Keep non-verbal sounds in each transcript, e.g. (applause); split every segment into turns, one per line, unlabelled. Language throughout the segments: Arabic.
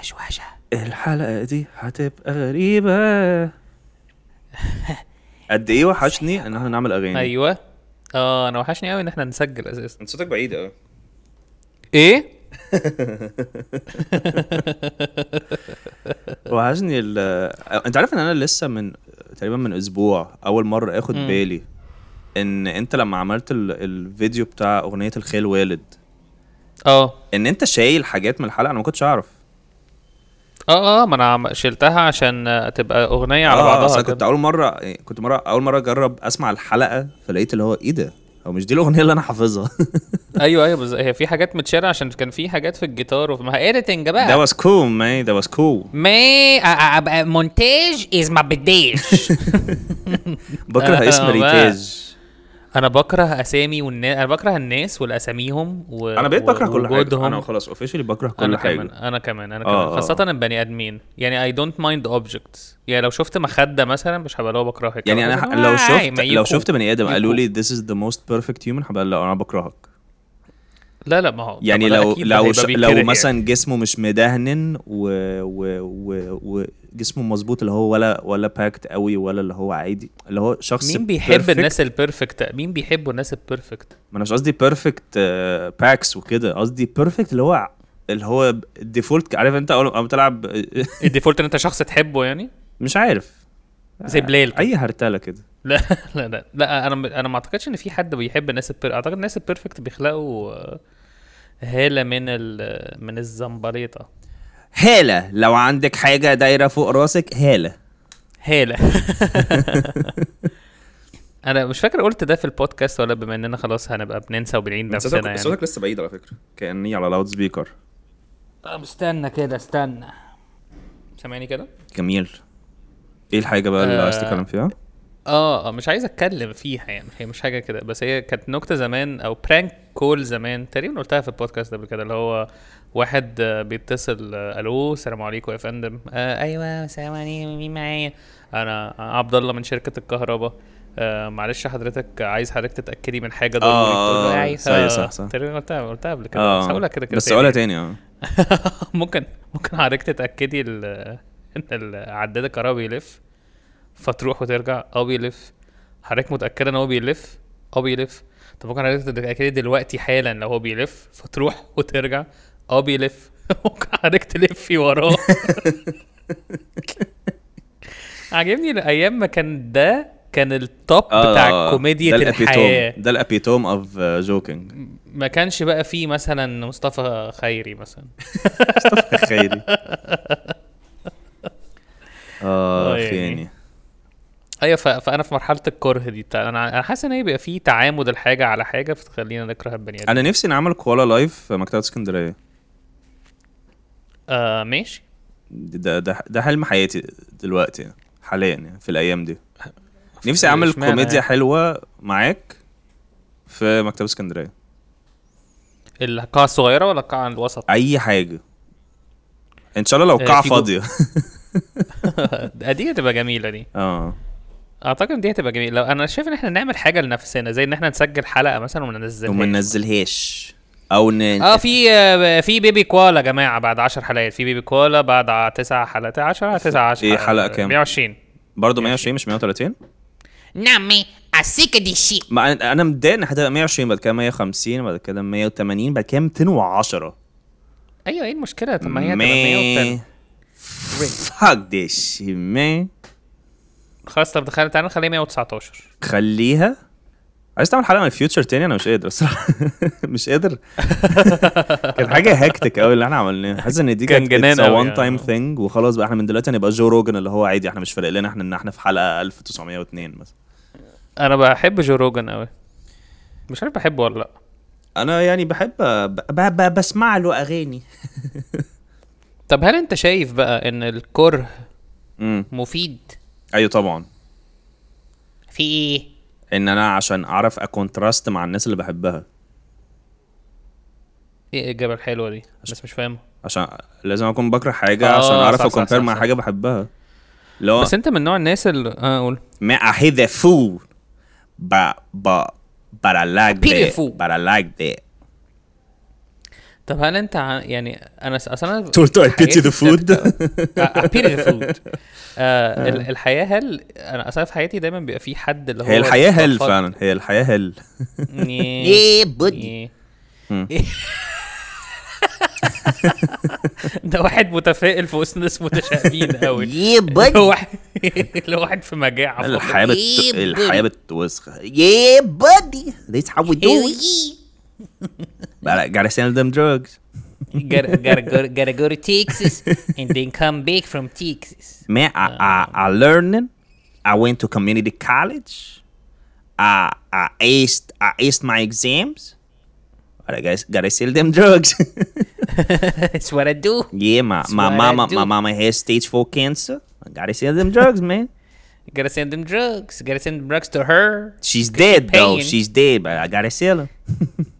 وشواشة
الحلقة دي هتبقى غريبة (laughs) قد ايه وحشني ان احنا نعمل اغاني
ايوه اه انا وحشني قوي ان احنا نسجل اساسا
انت صوتك بعيد قوي
ايه
(laughs)
(laughs)
وحشني ال انت عارف ان انا لسه من تقريبا من اسبوع اول مرة اخد بالي ان انت لما عملت ال... الفيديو بتاع اغنية الخيل والد
اه
ان انت شايل حاجات من الحلقة انا ما كنتش اعرف
اه اه ما انا عم- شلتها عشان آه، تبقى اغنيه على
اه أصل
بعضها
أنا كنت
كده.
اول مرة كنت مرة اول مرة اجرب اسمع الحلقة فلقيت اللي هو ايه ده هو مش دي الاغنية اللي انا حافظها (laughs)
ايوه ايوه بز... هي في حاجات متشالة عشان كان في حاجات في الجيتار وفي ما اديتنج
That
بقى
was cool man that was cool
مي مونتاج از ما بديش
بكره اسم
آه، بقى.
ريتاج
انا بكره اسامي والناس انا بكره الناس والاساميهم و...
انا بقيت بكره كل حاجه
ووجودهم.
انا خلاص اوفيشلي بكره كل
انا
حاجه
كمان انا كمان انا
آه،
كمان
آه.
خاصه البني ادمين يعني اي دونت مايند اوبجكتس يعني لو شفت مخده مثلا مش هبقى اللي هو بكرهك
يعني انا
هبقى
ح-
اللي هو
لو
عاي،
شفت
ما
لو
يكو.
شفت بني ادم قالوا
يكو.
لي this is the most perfect human هبقى لا انا بكرهك
لا لا ما هو
يعني
طب ما ده
لو
أكيد ده
لو
هيبقى
ش...
بيتكره
لو مثلا جسمه مش مدهن و و و, و... جسمه مظبوط اللي هو ولا ولا باكت قوي ولا اللي هو عادي اللي هو شخص
مين بيحب
perfect.
الناس البيرفكت مين بيحبوا الناس البيرفكت
ما انا مش قصدي بيرفكت باكس وكده قصدي بيرفكت اللي هو اللي هو الديفولت عارف انت اول ما بتلعب آه،
الديفولت ان انت شخص تحبه يعني (laughs)
مش عارف
زي بلال كده.
اي هرتله كده
لا لا لا لا انا م- انا ما اعتقدش ان في حد بيحب الناس البير اعتقد الناس البيرفكت بيخلقوا آه، هاله من ال من الزمبريطه
هالة لو عندك حاجة دايرة فوق راسك (laughs) هالة
هالة (laughs) انا مش فاكر قلت ده في البودكاست ولا بما اننا خلاص هنبقى بننسى وبنعيد نفسنا يعني
صوتك لسه بعيد على فكرة كأني على لاود سبيكر
طب استنى كده استنى سامعني كده
جميل ايه الحاجة بقى اللي
آه.
عايز تتكلم فيها؟
اه آه، مش عايز اتكلم فيها يعني هي مش حاجه كده بس هي كانت نكته زمان او برانك كول زمان تقريبا قلتها في البودكاست قبل كده اللي هو واحد آه، بيتصل آه، الو السلام عليكم يا فندم آه ايوه السلام عليكم مين معايا انا عبد الله من شركه الكهرباء آه معلش حضرتك عايز حضرتك تتاكدي من حاجه ضروري
آه،
تقول له
آه،
عايز-
صح، صح، صح.
تقريبا قلتها قلتها قبل كده بس
اه
هقولها كده كده
بس
تاني.
قولها تاني اه
(laughs) ممكن ممكن حضرتك تتاكدي ال- ان العداد الكهرباء بيلف فتروح وترجع اه بيلف حضرتك متاكده ان هو بيلف اه بيلف طب ممكن حضرتك تتاكدي دلوقتي حالا لو هو بيلف فتروح وترجع اه بيلف (laughs) ممكن حضرتك تلفي وراه (laughs) عاجبني الايام ما كان ده كان التوب
آه،
بتاع
آه.
كوميديا
ده الأبيتوم-
الحياه
ده آه، الابيتوم اوف
(laughs)
جوكينج
ما كانش بقى فيه مثلا مصطفى خيري مثلا
خيري اه
آه، يعني.
خياني
ايوه ف... فانا في مرحله الكره دي بتاع انا انا حاسس ان هي بيبقى في تعامد الحاجه على حاجه فتخلينا نكره البني ادم
انا نفسي نعمل كوالا لايف في مكتبة اسكندرية
آه ماشي
ده ده ده حلم حياتي دلوقتي حاليا يعني في الايام دي نفسي اعمل
اشمعنى
كوميديا
يعني؟
حلوه معاك في مكتبه اسكندريه
القاعه الصغيره ولا
(laughs)
القاعه الوسط (laughs)
اي حاجه ان شاء الله لو
آه،
قاعه
في جو- (laughs)
فاضيه
دي هتبقى جميله دي
اه
اعتقد دي هتبقى جميله لو انا شايف ان احنا نعمل حاجه لنفسنا زي ان احنا نسجل حلقه مثلا وننزلها
وما ننزلهاش او ن...
اه في آه، في بيبي كوالا يا جماعه بعد 10 حلقات في بيبي كوالا بعد ع- 9 حلقات 10 9 10
إيه، حلقة كام؟
120
برضه 120 مش 130
Name a sick de shit.
ما أنا- انا متضايق ان هتبقى 120 بعد كده 150 بعد كده 180 بعد كده 210
ايوه ايه المشكله طب ما هي هتبقى 180
ما فاك ديش ما
خلاص طب دخل- تعالى نخليها 119
خليها عايز تعمل حلقه عن الفيوتشر تاني انا مش قادر الصراحه (laughs) مش قادر (laughs) كانت حاجه هكتك قوي اللي احنا عملناها حاسس ان دي
كان
كانت
جنان أوي
وان
يعني.
تايم ثينج وخلاص بقى احنا من دلوقتي هنبقى جو روجن اللي هو عادي احنا مش فارق لنا احنا ان احنا في حلقه 1902 مثلا
انا بحب جو روجن قوي مش عارف بحبه ولا لا
انا يعني بحب ب... ب... ب... بسمع له اغاني
طب هل انت شايف بقى ان الكره
امم
مفيد
ايوه طبعا
في ايه
ان انا عشان اعرف اكونتراست مع الناس اللي بحبها
ايه الاجابه الحلوه دي بس مش فاهمها
عشان لازم اكون بكره حاجه
آه،
عشان اعرف
صح، صح،
اكومبير
صح،
مع
صح.
حاجه بحبها لو
بس انت من نوع الناس اللي اه قول
Man, I hate that food. But but but I like
Pity
that.
food.
But I like that.
طب هل انت ع- يعني انا س-
(laughs)
اصل انا
قلت له I pity the food.
آه، ابيتي ذا فود
(laughs)
الحياه آه، هل انا اصل أنا في حياتي دايما بيبقى في حد اللي هو
آه. هي الحياه هل
بيتفضل. (laughs)
فعلا هي الحياه هل
نيه-
ايه بدي
نيه.
مم.
(laughs) ده واحد متفائل في وسط ناس متشائمين قوي
(laughs) ايه
اللي هو
بدي
واحد (laughs) اللي هو واحد في
Ah,
مجاعه
الحياه بت...
إيه،
الحياه بتوسخ
ايه بدي
That's how we
ايه
(laughs) do it. Gotta- Gotta sell them drugs.
جر جر جر
gotta go to Texas and then come back from Texas. (laughs)
Man, I, I, I learning. I went to community college. I I aced I aced my exams. But I guess gotta sell them (laughs)
(laughs)
drugs.
That's what I do.
yeah, my, my
what I
mama
do.
my mama has stage four cancer. I gotta sell them drugs, man.
gotta send them drugs gotta send them drugs to her
She's dead though.
Pain.
She's dead, but I gotta sell her.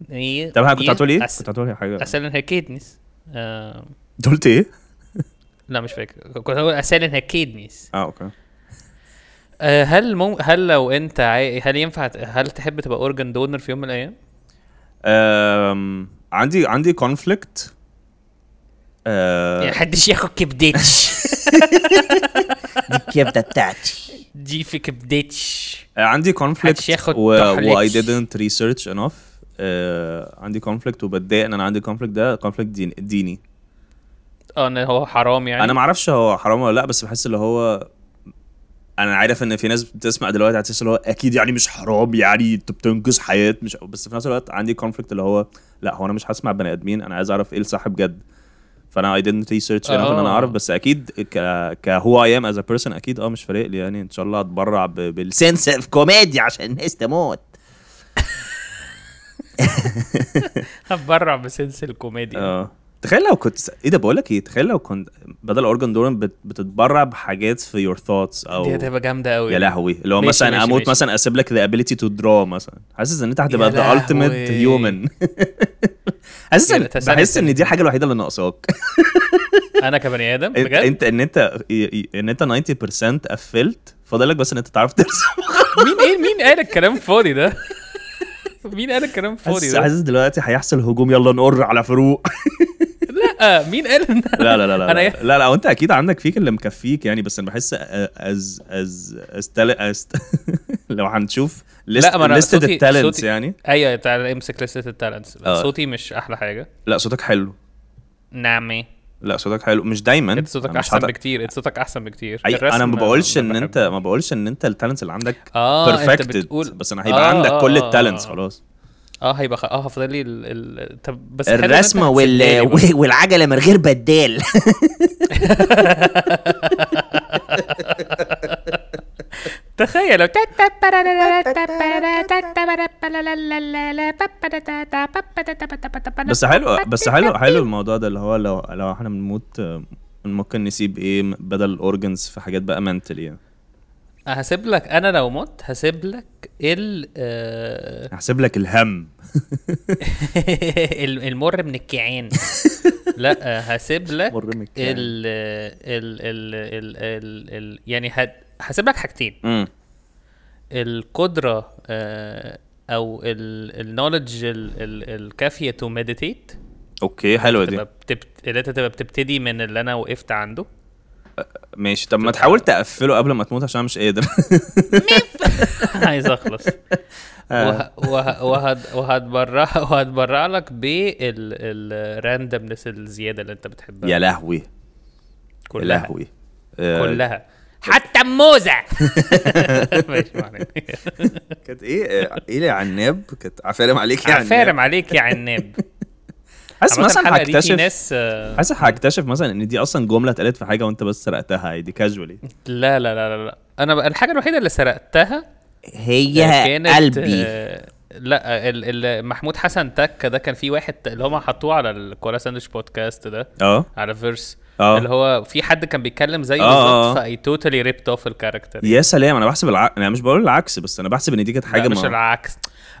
نيه-
طب ها كنت
نيه.
هتقول ايه؟
أس-
كنت هتقول إيه حاجه
اسال هير كيدنيز آه،
Um,
أنت قلت ايه؟
لا مش فاكر كنت هقول اسال هير كيدنيز
اه اوكي
آه، هل مم... هل لو انت عاي... هل ينفع ت- هل تحب تبقى اورجن دونر في يوم من
(laughs)
الايام؟
أم، عندي عندي كونفليكت Uh,
يعني محدش ياخد كبدتش (laughs)
كيف بتاعتي
دي في كبدتش
آه، عندي كونفليكت
محدش ياخد
و واي
تحليتش.
didn't Uh, ريسيرش انف عندي كونفليكت وبتضايق ان انا عندي كونفليكت ده كونفليكت دين ديني
اه إن هو حرام يعني
انا ما اعرفش هو حرام ولا لا بس بحس اللي هو انا عارف ان في ناس بتسمع دلوقتي هتحس اللي هو اكيد يعني مش حرام يعني انت بتنقذ حياه مش بس في نفس الوقت عندي كونفليكت اللي هو لا هو انا مش هسمع بني ادمين انا عايز اعرف ايه الصح بجد فانا اي didn't research enough ان انا
آه.
اعرف بس اكيد ك كهو اي ام از ا بيرسون اكيد اه مش فارق لي يعني ان شاء الله هتبرع ب- بالسنس اوف كوميديا عشان الناس تموت
(laughs) هتبرع بسنس الكوميديا
اه تخيل لو كنت ايه ده بقول لك ايه تخيل لو كنت بدل اورجان دورن بت... بتتبرع بحاجات في يور ثوتس او
دي هتبقى جامده قوي
يا لهوي اللي هو
ماشي،
مثلا
ماشي،
اموت
ماشي.
مثلا اسيب لك ذا ابيليتي تو درا مثلا حاسس ان انت هتبقى
يا
ذا التيميت
لهوي.
هيومن (laughs) حاسس
يا
إن-
لا، تسلم،
بحس ان
تسلم.
دي الحاجه الوحيده اللي ناقصاك (laughs)
انا كبني ادم
انت
بجد
انت ان انت ان انت 90% قفلت فاضلك بس ان انت تعرف
(laughs)
ترسم
مين ايه مين قال الكلام الفاضي ده؟ مين قال الكلام الفاضي
حاسس
ده؟
حاسس دلوقتي هيحصل هجوم يلا نقر على فروق
(laughs) لا آه، مين قال ان
لا لا لا (laughs) لا
أنا
لا
يا-
لا, لا وانت اكيد عندك فيك اللي مكفيك يعني بس انا بحس از از از (laughs) لو هنشوف ليست
لا، ما أنا
ليستد
صوتي-
التالنتس
صوتي-
يعني
ايوه تعالى امسك لستة التالنتس
آه.
صوتي مش احلى حاجه
لا صوتك حلو
نعمي
لا صوتك حلو مش دايما
انت صوتك
أنا مش
احسن
هت-
بكتير انت صوتك احسن بكتير
أي
الرسم
انا ما بقولش ان
بحبه.
انت ما بقولش ان انت التالنتس اللي عندك
آه، أنت
بيرفكتد
بتقول-
بس انا هيبقى
آه،
عندك
آه،
كل
آه،
التالنتس
آه.
خلاص
اه هيبقى خ- اه هفضل لي ال... ال... طب بس حلو إن أنت
الرسمه
حسيت
وال
لي بقى.
(laughs) والعجله من غير بدال
تخيل لو تت-
بس حلو بس حلو حلو الموضوع ده اللي هو لو لو احنا بنموت آه، ممكن نسيب ايه بدل الاورجنز في حاجات بقى منتل يعني
آه، هسيب لك انا لو مت هسيب لك ال آه، (laughs)
هحسب لك (laughs) الهم
ال- المر من الكيعان لا آه، هسيب لك
مر من الكيعان.
ال ال ال ال ال ال يعني هت- هسيب لك حاجتين
امم
القدره آه، او النولج الكافيه تو مديتيت
اوكي حلوه
تبقى
دي
بتبت... اللي انت تبقى بتبتدي من اللي انا وقفت
(laughs)
عنده
ماشي طب ما تحاول تقفله قبل ما تموت عشان أنا مش
(laughs)
قادر
عايز اخلص
آه.
وه... وه... وه... وهتبرع وهتبرع لك بالراندمنس الزياده اللي انت بتحبها
يا لهوي يا
كلها
لهوي آه،
كلها حتى الموزه
(laughs)
(laughs) ماشي ما عليك.
كانت ايه ايه يا عناب كانت عفارم عليك
عفارم عليك يا عناب
حاسس
عامة
مثلا
الحلقة دي في
هكتشف
ناس آه،
حاسس هكتشف مثلا ان دي اصلا جمله اتقالت في حاجه وانت بس سرقتها عادي كاجوالي
لا لا لا لا- لا انا بقى الحاجه الوحيده اللي سرقتها آه،
هي
كانت، آه، لا ال- ال- محمود حسن تكه ده كان في واحد اللي هم حطوه على الكولا ساندويتش بودكاست ده
اه
على فيرس
آه.
اللي هو في حد كان بيتكلم زيه
آه، آه،
بالظبط
آه.
فاي توتالي ريبت اوف الكاركتر
يا سلام انا بحسب العكس انا مش بقول العكس بس انا بحسب ان دي كانت حاجه
مش
ما-
العكس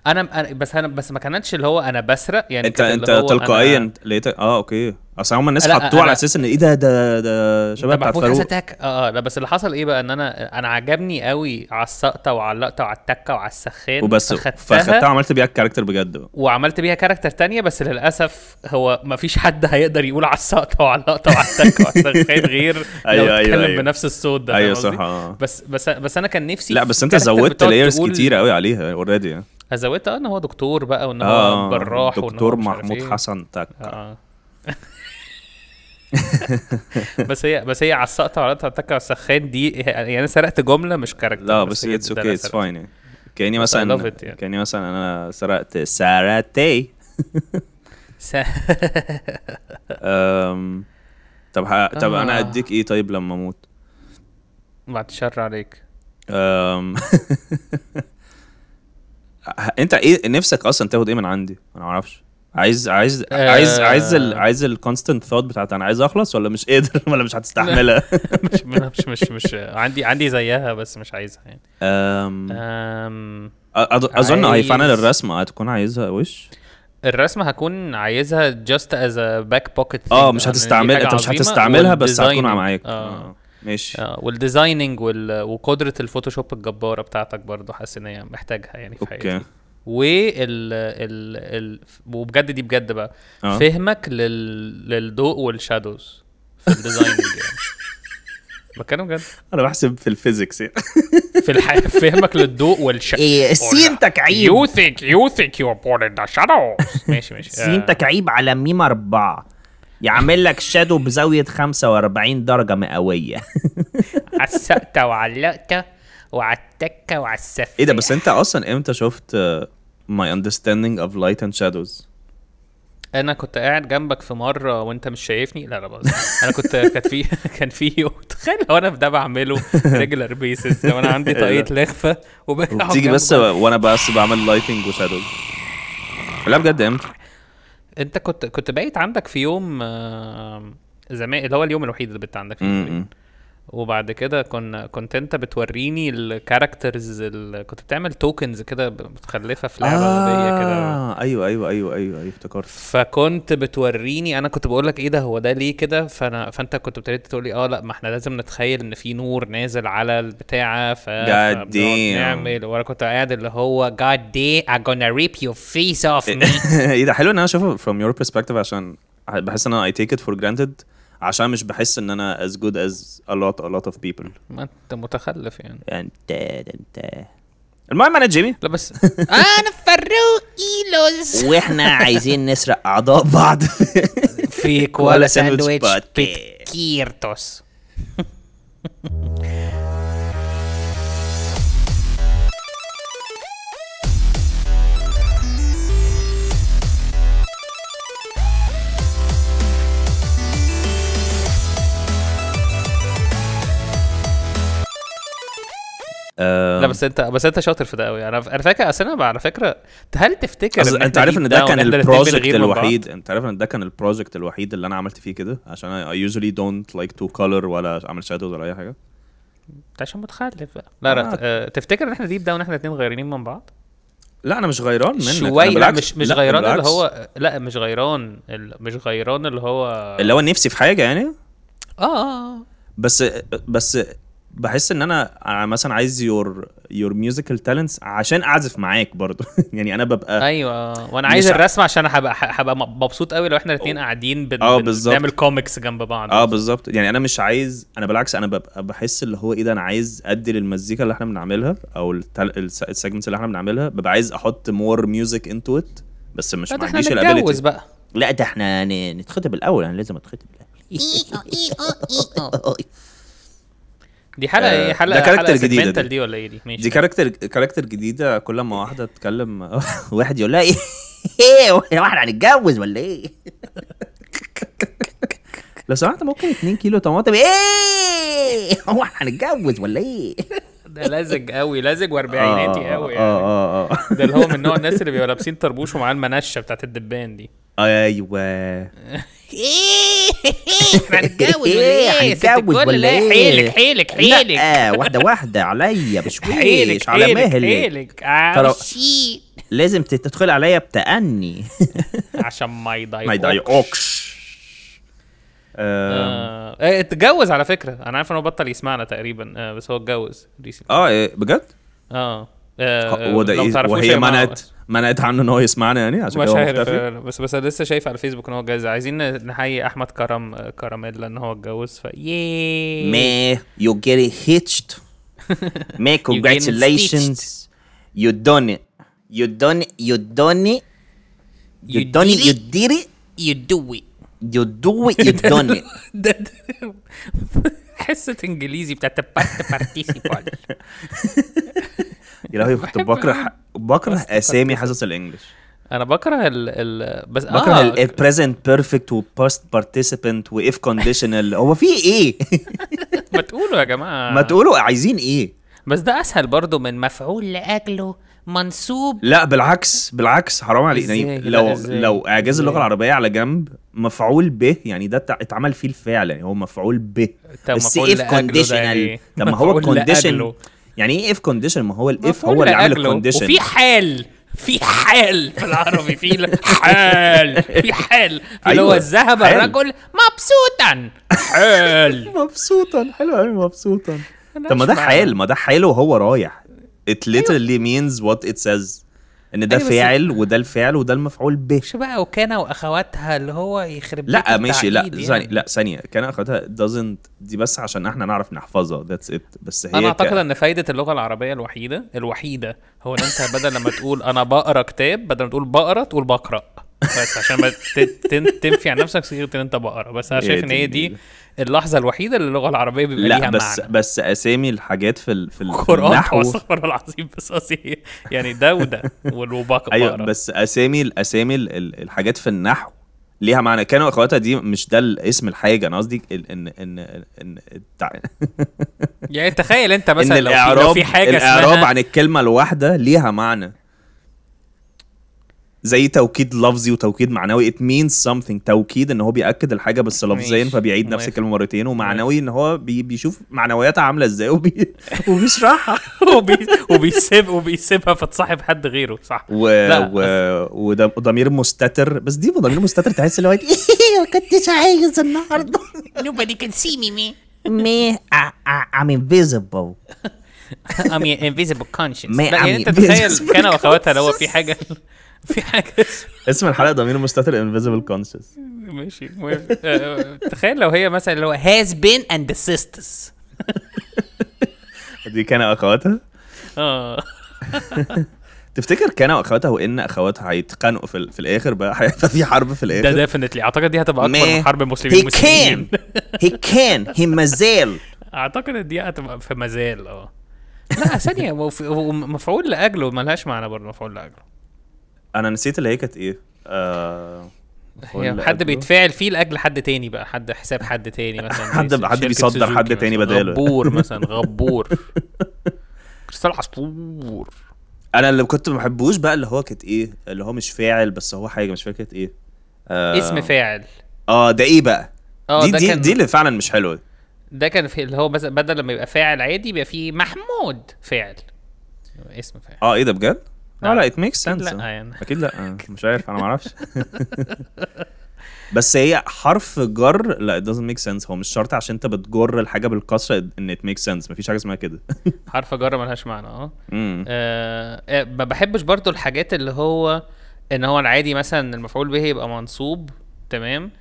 انا أنا- بس انا بس ما كانتش اللي هو انا بسرق يعني
انت
كان
انت
اللي هو أنا-
تلقائيا لقيتك اه اوكي اصل هم الناس
لا،
حطوه على
أنا-
اساس ان ايه ده ده ده شبه
ده
بتاع
محمود
فاروق
حسن تاك اه اه لا بس اللي حصل ايه بقى ان انا انا عجبني قوي على السقطه وعلى اللقطه وعلى التكه وعلى السخان
وبس
فخدتها
فخدتها عملت بيها الكاركتر بجد بقى.
وعملت بيها كاركتر تانية بس للاسف هو مفيش حد هيقدر يقول على السقطه وعلى اللقطه وعلى التكه وعلى السخان
(laughs)
غير لو
أيوة، أيوة،
اتكلم
أيوة.
بنفس الصوت ده
ايوه
فاهم قصدي؟
صح اه
بس بس بس انا كان نفسي
لا
في
بس انت
كاركتر
زودت
بتقعد
لايرز
تقول-
كتيره قوي عليها اوريدي
زودت اه ان هو دكتور بقى وان هو
اه
جراح وان هو
دكتور
مش عارف
محمود
إيه.
حسن تاك
اه (laughs) بس هي بس هي على السقطه وعلى القطعة التكه على السخان دي يعني انا سرقت جمله مش كاركتر
لا بس
هي
اتس
ده اللي
اوكي اتس
سرقته.
فاين كاني
بس I
مثلا
love it يعني.
كاني مثلا انا سرقت سارتي
س-
أم، طب ه- طب انا
آه.
اديك ايه طيب لما اموت
(laughs) بعد الشر عليك (laughs)
أم، (laughs) ه- انت ايه نفسك اصلا تاخد ايه من عندي انا ما اعرفش عايز عايز
آه.
عايز عايز ال عايز الكونستنت ثوت بتاعت انا عايز اخلص ولا مش قادر (laughs) ولا مش
(laughs)
هتستحملها
مش مش مش مش عندي عندي زيها بس مش عايزها يعني
أم، أ-
أم،
أظ- اظن هي
عايز-
فعلا الرسمه هتكون عايزها وش
الرسمه هكون عايزها جاست از باك بوكيت
اه مش هتستعمل انت مش هتستعملها بس هتكون معاك
اه
آه، ماشي
اه والديزايننج وال... وقدره الفوتوشوب الجباره بتاعتك برضو حاسس ان هي محتاجها يعني في حياتي
اوكي
وال ال... ال... وبجد دي بجد بقى
اه.
أه؟ فهمك لل... للضوء والشادوز في الديزايننج يعني بتكلم بجد
انا بحسب في الفيزيكس يعني (laughs)
في الحياه فهمك للضوء والش
إيه، سينتك عيب.
يو ثينك يو ثينك يو بور ان ذا شادوز
(laughs)
ماشي ماشي
سينتك عيب على ميم أربعة يعمل لك شادو بزاوية 45 درجة مئوية (laughs)
آه، عسقت وعلقت وعتك وعسفت
ايه ده بس انت اصلا امتى شفت آه، my understanding of light and shadows
انا كنت قاعد جنبك في مره وانت مش شايفني لا لا بس انا كنت (laughs) كانت في كان في يوم تخيل لو انا في
(laughs)
ده بعمله ريجولار بيسز لو انا عندي طاقيه لخفه وبقعد
بتيجي
جنب
بس
بعض.
وانا بس بعمل lighting و shadows لا بجد امتى
انت كنت كنت بايت عندك في يوم آه، زمان اللي هو اليوم الوحيد اللي بت عندك فيه
م- م.
وبعد كده كنا كنت انت بتوريني الكاركترز ال... كنت بتعمل توكنز كده متخلفه في لعبه غبيه كده
آه، ايوه ايوه ايوه ايوه ايوه افتكرت
فكنت بتوريني انا كنت بقول لك ايه ده هو ده ليه كده فانا فانت كنت ابتديت تقول لي اه لا ما احنا لازم نتخيل ان في نور نازل على البتاعه ف فبنقعد
damn.
نعمل وانا كنت قاعد اللي هو جاد دي I'm gonna rip your face off
(laughs)
me
ايه ده حلو ان انا اشوفه from your perspective عشان بحس ان انا I take it for granted عشان مش بحس ان انا as good as a lot a lot of people
ما انت متخلف يعني
انت انت
المهم انا جيمي
لا بس (laughs) انا فاروق ايلوز
واحنا عايزين نسرق اعضاء بعض
في
ولا
كوالا
ساندويتش
ساندويتش
باتيه.
بتكيرتوس لا بس انت بس انت شاطر في ده قوي انا انا فاكر اصل انا على فكره هل
(laughs)
تفتكر
أصل انت
احنا
عارف ان
deep
ده
down
كان
احنا الاتنين
البروجكت
بنغير من بعض؟
الوحيد انت عارف ان ده كان البروجكت الوحيد اللي انا عملت فيه كده عشان انا I usually don't like to color ولا اعمل شادوز ولا اي حاجه
انت عشان متخلف بقى لا لا
آه.
آه، تفتكر ان احنا ديب داون احنا الاثنين غيرانين من بعض
لا انا مش غيران منك أنا
شويه لا
بالعكس-
مش مش
لا،
غيران اللي
بالعكس.
هو لا مش غيران ال- مش غيران اللي هو اه
اللي هو نفسي في حاجه يعني
اه
بس بس بحس ان انا أنا مثلا عايز يور يور ميوزيكال تالنتس عشان اعزف معاك برضه (laughs) يعني انا ببقى
ايوه وانا عايز
مش ع-
الرسمه عشان هبقى هبقى مبسوط قوي لو احنا الاثنين قاعدين بن...
آه،
بن-
بالظبط.
بنعمل كوميكس جنب بعض
اه بالظبط يعني انا مش عايز انا بالعكس انا ببقى بحس اللي هو ايه ده انا عايز ادي للمزيكا اللي احنا بنعملها او السيجمنتس اللي احنا بنعملها ببقى عايز احط مور ميوزك انتو ات بس مش
لا، ده احنا
معنديش
نتجوز
الابيلتي
بقى
لا ده احنا ن- نتخطب الاول انا لازم اتخطب
(laughs)
الاول
دي حلقه
آه،
ايه
ده
حلقه
كاركتر
حلقة
جديدة
segmental
دي.
دي ولا ايه دي ماشي
دي كاركتر كاركتر جديده كل ما واحده تتكلم
(laughs) واحد يقول لها ايه (laughs) ايه واحنا هنتجوز ولا (laughs) ايه
لو سمحت ممكن
2 كيلو طماطم (laughs) ايه هو احنا هنتجوز ولا آه، ايه
ده لزج قوي
آه،
لزج واربعيناتي قوي
اه
يعني.
اه
آه.
اه
(laughs)
ده اللي هو من نوع الناس اللي بيبقوا لابسين طربوش ومعاه المنشه بتاعت الدبان دي
أيوة.
ايوه
ايه احنا هنتجوز
(laughs)
ولا
إيه،
ايه ست
هنتجوز
الكل،
ولا
لا،
إيه؟
حيلك حيلك حيلك
لا واحده واحده عليا مش
حيلك
على
حيلك
مهلك
حيلك آه،
ترى
شيت
لازم تدخل عليا بتأني
(laughs) عشان ما يضايقوك
ما يضايقكش آه،
آه، إيه، اتجوز على فكره انا عارف ان هو بطل يسمعنا تقريبا آه، بس هو اتجوز recently.
آه،
اه إيه، بجد؟
اه
هو ده
لو
إيه؟
متعرفوش يا
وهي
جماعة،
منعت منعت عنه ان هو يسمعنا يعني عشان كده
مش
هو
عارف
مختفي
آه، بس بس انا لسه شايف على الفيسبوك ان هو اتجوز عايزين نحيي احمد كرم آه، كراميلا ان هو اتجوز ف ياي
May you get it hitched. May congratulations. You done it. You done it. You done it. You,
You
done it.
did
You
it.
did it.
You do it.
You do it. You done it.
ده ده- (laughs) حصه انجليزي بتاعت
Past participle.
(laughs)
يا لهوي كنت
بحب
بكره بكره اسامي حصص الانجليش
انا بكره ال ال بس
بكره
آه،
ال present perfect و past participant و if conditional هو في ايه؟
ما تقولوا يا جماعه
ما تقولوا عايزين
إيه؟
ايه
بس ده اسهل برضو من
مفعول
مفعول
لأجله منصوب
لا بالعكس بالعكس حرام عليك
إزاي؟
يعني
لا،
لو
إزاي؟
لو اعجاز اللغه
إزاي؟
العربيه على جنب مفعول به يعني ده اتع- اتعمل فيه الفعل يعني هو مفعول به
طب
بس
مفعول
if
لأجله ده
conditional
إيه؟
طب ما هو
مفعول
condition
لأجله.
يعني
إيه
ايه if condition ما هو ال if
مفعول
هو اللي عامل
لأجله.
ال condition
(laughs) وفي حال في حال في العربي في حال في حال في اللي هو
أيوة،
ذهب
حال.
الرجل مبسوطا حال
مبسوطا حلو قوي مبسوطا طب ما ده
مش معنى.
حال ما ده حال وهو رايح it literally means what it says ان ده
أيوة، بس-
فاعل وده الفعل وده المفعول به
مش بقى وكانا واخواتها اللي هو يخرب بيت
لا ماشي لا
التعقيد
ثانية
يعني.
لا ثانية كان اخدها doesn't دي بس عشان احنا نعرف نحفظها that's it بس هي
انا
ك-
اعتقد ان فايده اللغه العربيه الوحيده الوحيده هو ان انت بدل لما تقول انا بقرا كتاب بدل ما تقول بقرا تقول بقرا بس عشان ما ت- تن- تنفي عن نفسك صيغه ان انت بقرا بس انا
هي
شايف ان
دي (laughs)
هي دي اللحظه الوحيده اللي اللغه العربيه بيبقى
لا
ليها
بس
معنى
بس اسامي الحاجات في ال- في ال- في
قران
النحو
واستغفر آه، العظيم بس قصدي يعني ده وده
(laughs)
والبقرا
ايوه بس اسامي الاسامي ال- ال- الحاجات في النحو ليها معنى كانوا اخواتها دي مش ده اسم الحاجه انا قصدي ال- ان ان ان التع-
يعني تخيل انت
ان
مثلا لو في,
الاعراب
لو في حاجه
الاعراب
اسمها
عن الكلمه الواحده ليها معنى زي توكيد لفظي وتوكيد معنوي it means something توكيد ان هو بياكد الحاجه بس لفظيا
ماشي،
فبيعيد نفس
موافق.
الكلمه مرتين ومعنوي ان هو بي بيشوف معنوياتها عامله ازاي وبي
(laughs)
وبيشرحها
(laughs) وبي... وبيسيب وبيسيبها فتصاحب حد غيره
(laughs)
صح
و...
لا،
و... وده ضمير مستتر بس دي ضمير مستتر تحس اللي هو (laughs) ايه
ما كنتش عايز النهارده
Nobody can see me man.
me I, I, I'm invisible
I'm your invisible conscience
ما-
لا
I'm
يعني انت
your
تخيل
invisible
كان واخواتها لو في حاجه في حاجه اسمها-
اسم الحلقه ضمير مستتر انفيزبل كونشس
ماشي موافق. آه، تخيل لو هي مثلا اللي هو has been and the sisters
دي كان اخواتها
اه
تفتكر كان واخواتها وان اخواتها هيتخانقوا في, ال... في الاخر بقى (laughs) هيبقى في حرب في
ده
الاخر
ديفنتلي اعتقد دي هتبقى اكبر
ما-
من حرب
he
المسلمين
can
المسلمين
he can he
(laughs)
مازال
اعتقد ان دي هتبقى في مازال اه لا ثانيه هو في- هو مفعول لاجله ملهاش معنى برضه مفعول لاجله
انا نسيت اللي هي كانت ايه آه...
هي
ولا
يعني حد
قبله؟
بيتفاعل فيه لاجل حد تاني بقى حد حساب حد تاني مثلا
(laughs) حد-
زي
حد
شركة
بيصدر
سوزوكي
حد
مثلاً،
تاني بداله. (laughs)
غبور مثلا غبور كريستال عصفور
انا اللي كنت ما بحبوش بقى اللي هو كانت ايه اللي هو مش فاعل بس هو حاجه مش فاكر كانت ايه آه...
اسم فاعل
اه ده ايه بقى
اه
دي
ده
دي,
كان
دي اللي فعلا مش حلوه
ده كان في اللي هو مثلا بدل لما يبقى فاعل عادي يبقى فيه محمود فاعل اسم فاعل
اه ايه ده بجد؟ لا
لا.
لا ات ميك سنس
لا يعني.
اكيد
(laughs)
لا مش عارف انا ما اعرفش بس هي حرف جر لا it doesn't make sense هو مش شرط عشان انت بتجر الحاجه بالكسره ان it makes sense مفيش حاجه اسمها كده (laughs)
حرف جر ملهاش معنى اه
مم.
آه، آه، ما بحبش برضو الحاجات اللي هو ان هو العادي مثلا المفعول به يبقى منصوب تمام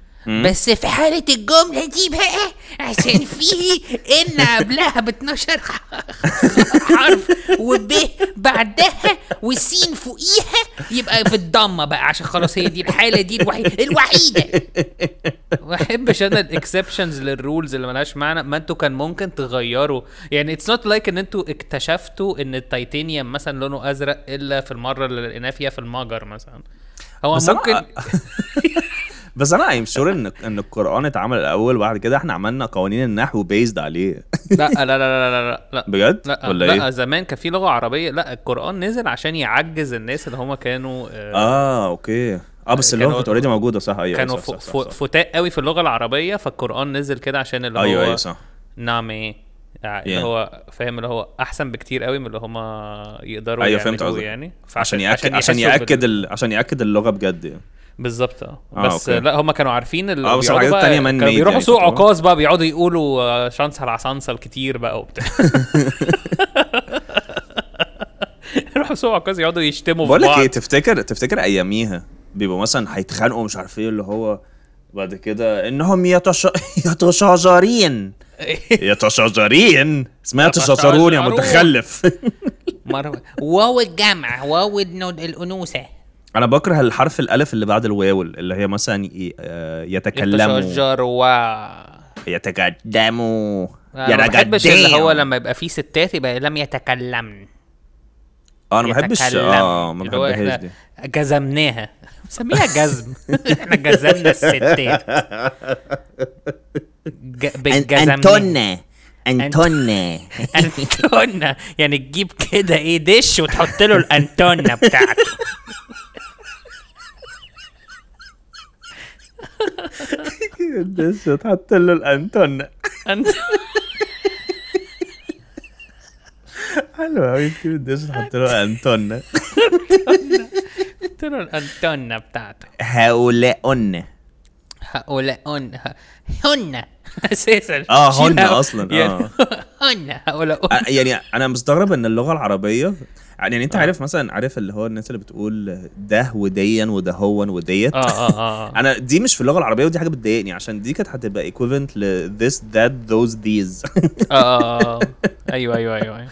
بس في حالة الجملة دي بقى عشان فيه إن قبلها ب 12 (laughs) حرف وب بعدها والسين فوقيها يبقى في الضمة بقى عشان خلاص هي دي الحالة دي الوحيدة الوحيدة
ما بحبش انا الاكسبشنز للرولز اللي ملهاش معنى ما انتوا كان ممكن تغيروا يعني اتس نوت لايك ان انتوا اكتشفتوا ان التيتانيوم مثلا لونه ازرق الا في المره اللي لقيناه فيها في المجر مثلا هو
بس أنا- (laughs)
ممكن
بس انا ايم شور ان ان القران اتعمل الاول وبعد كده احنا عملنا قوانين النحو بيزد عليه (laughs)
لا لا لا لا لا لا
بجد؟
لا
ولا
لا
ايه؟
زمان كان في لغه عربيه لا القران نزل عشان يعجز الناس اللي هم كانوا آه،
اه اوكي اه بس اللغه
كانوا-
كانت اوريدي موجوده صح ايوه
كانوا
صح،
فو-
صح، صح،
فو-
صح.
فتاة قوي في اللغه العربيه فالقران نزل كده عشان اللي هو
ايوه ايوه صح
نعم ايه يعني اللي
أيوة، Yeah.
هو فاهم اللي هو احسن بكتير قوي من اللي هما يقدروا
أيوة، فهمت
يعملوه
قصدك.
يعني
عشان
فعشان-
ياكد
يحسوا
عشان
بال-
ياكد ال... عشان ياكد اللغه بجد يعني
بالظبط اه
آه،
بس
أوكي.
لا هم كانوا عارفين اللي
آه، بس
بيقعدوا
الحاجات
بقى-
التانية man
كانوا
made
بيروحوا
يعني
سوق
كنت بقول.
عكاظ بقى بيقعدوا يقولوا آه، شنصل عصنصل كتير بقى وبتاع (laughs) يروحوا سوق عكاظ يقعدوا يشتموا في
بقول لك
بعض
ايه تفتكر تفتكر اياميها بيبقوا مثلا هيتخانقوا مش عارف ايه اللي هو بعد كده انهم يتش... (laughs) يتشاجرين يتشاجرين اسمها يتشاجرون يا متخلف
(laughs)
(laughs)
مرة
واو الجمع واو النو- الانوثه
انا بكره الحرف الالف اللي بعد الواو اللي هي مثلا ي- آه، يتكلموا
يتشجر و
يتقدموا
أنا ما بحبش
يتقدموا.
اللي هو لما يبقى فيه ستات يبقى لم يتكلمن
اه انا ما بحبش
يتكلم.
اه ما
اللي هو
بحبهاش
إحنا (laughs)
دي
جزمناها سميها جزم (laughs) احنا جزمنا الستات ج- بالجزمنا.
انتونا انتونا
انتونا يعني تجيب كده ايه دش وتحط له الانتونا بتاعته
(laughs) لسه اتحط له الانتون
انت
حلو قوي تجيب الدش تحط له انتون
حط له الانتونا بتاعته
هؤلاء
هؤلاء هن هن (laughs) اساسا
آه،
شيل
هن
هؤ-
أصلاً،
يعني
آه.
(laughs) هن هؤلاء
أ- يعني انا مستغرب ان اللغه العربيه يعني
آه.
انت عارف مثلا عارف اللي هو الناس اللي بتقول ده وديا وده هون وديت
اه اه اه
انا دي مش في اللغه العربيه ودي حاجه بتضايقني عشان دي كانت هتبقى equivalent ل this that those these (laughs)
آه، اه آه. ايوه ايوه ايوه أيوة.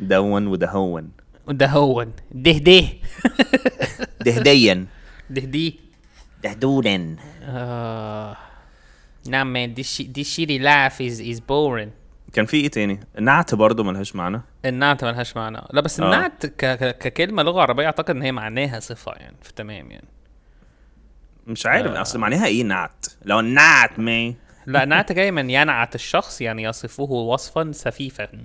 ده ون وده هون
ده هون ده ده
دهديا
ده دي
دهدودا
آه. نعم man this shi- this shitty life is is boring
كان في ايه تاني نعت برضه ملهاش معنى
النعت ملهاش معنى لا بس
آه.
النعت ك... ك... ككلمه لغه عربيه اعتقد ان هي معناها صفه يعني في تمام يعني
مش عارف
آه.
اصل معناها ايه نعت لو نعت مي
لا نعت جاي من ينعت الشخص يعني يصفه وصفا سفيفا
(laughs)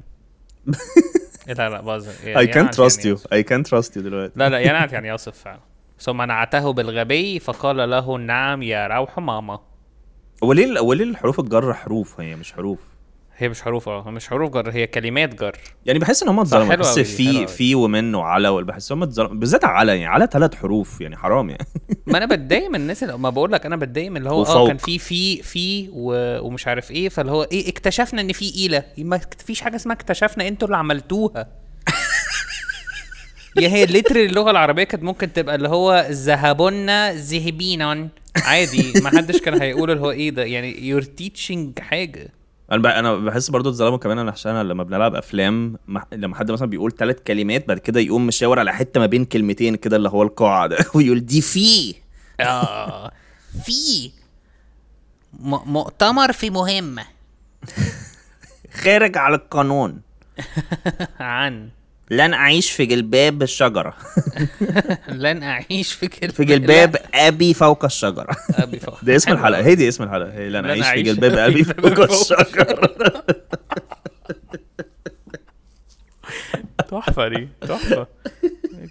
لا لا بهزر
I
ينعت
can't trust
يعني
you I can't trust you دلوقتي
لا لا ينعت يعني يصف فعلا ثم نعته بالغبي فقال له نعم يا روح ماما
هو ليه هو ليه الحروف الجر حروف هي مش حروف
هي مش حروف اه مش حروف جر هي كلمات جر
يعني بحس ان هم اتظلموا
حلوة
بحس
أوي دي،
في
حلوة أوي.
في ومن وعلى وال- بحس هم اتظلموا بالذات على يعني على ثلاث حروف يعني حرام يعني (laughs)
ما انا بتضايق من الناس اللي ما بقول لك انا بتضايق من اللي هو اه
وفوق.
كان في في في و... ومش عارف ايه فاللي هو ايه اكتشفنا ان في قيله ما فيش حاجه اسمها اكتشفنا انتوا اللي عملتوها يا هي اللتر اللغه العربيه كانت ممكن تبقى اللي هو ذهبنا ذهبينا عادي ما حدش كان هيقول اللي هو ايه ده يعني يور تيتشنج حاجه
انا بح- انا بحس برضو اتظلموا كمان انا عشان أنا لما بنلعب افلام ما- لما حد مثلا بيقول ثلاث كلمات بعد كده يقوم مشاور على حته ما بين كلمتين كده اللي هو القاعه ده (laughs) ويقول دي فيه
اه
في م- مؤتمر في مهمه
خارج على القانون
عن
لن اعيش في جلباب
(laughs)
الشجره
لن اعيش في جلباب
في جلباب ابي فوق
(laughs)
الشجره
أبي فوق.
ده اسم الحلقه هي دي اسم الحلقه هي اللي انا
لا
عايش
أنا
في
أعيش
جلباب
(laughs) في
ابي
جلباب
فوق الشجر
تحفة دي تحفة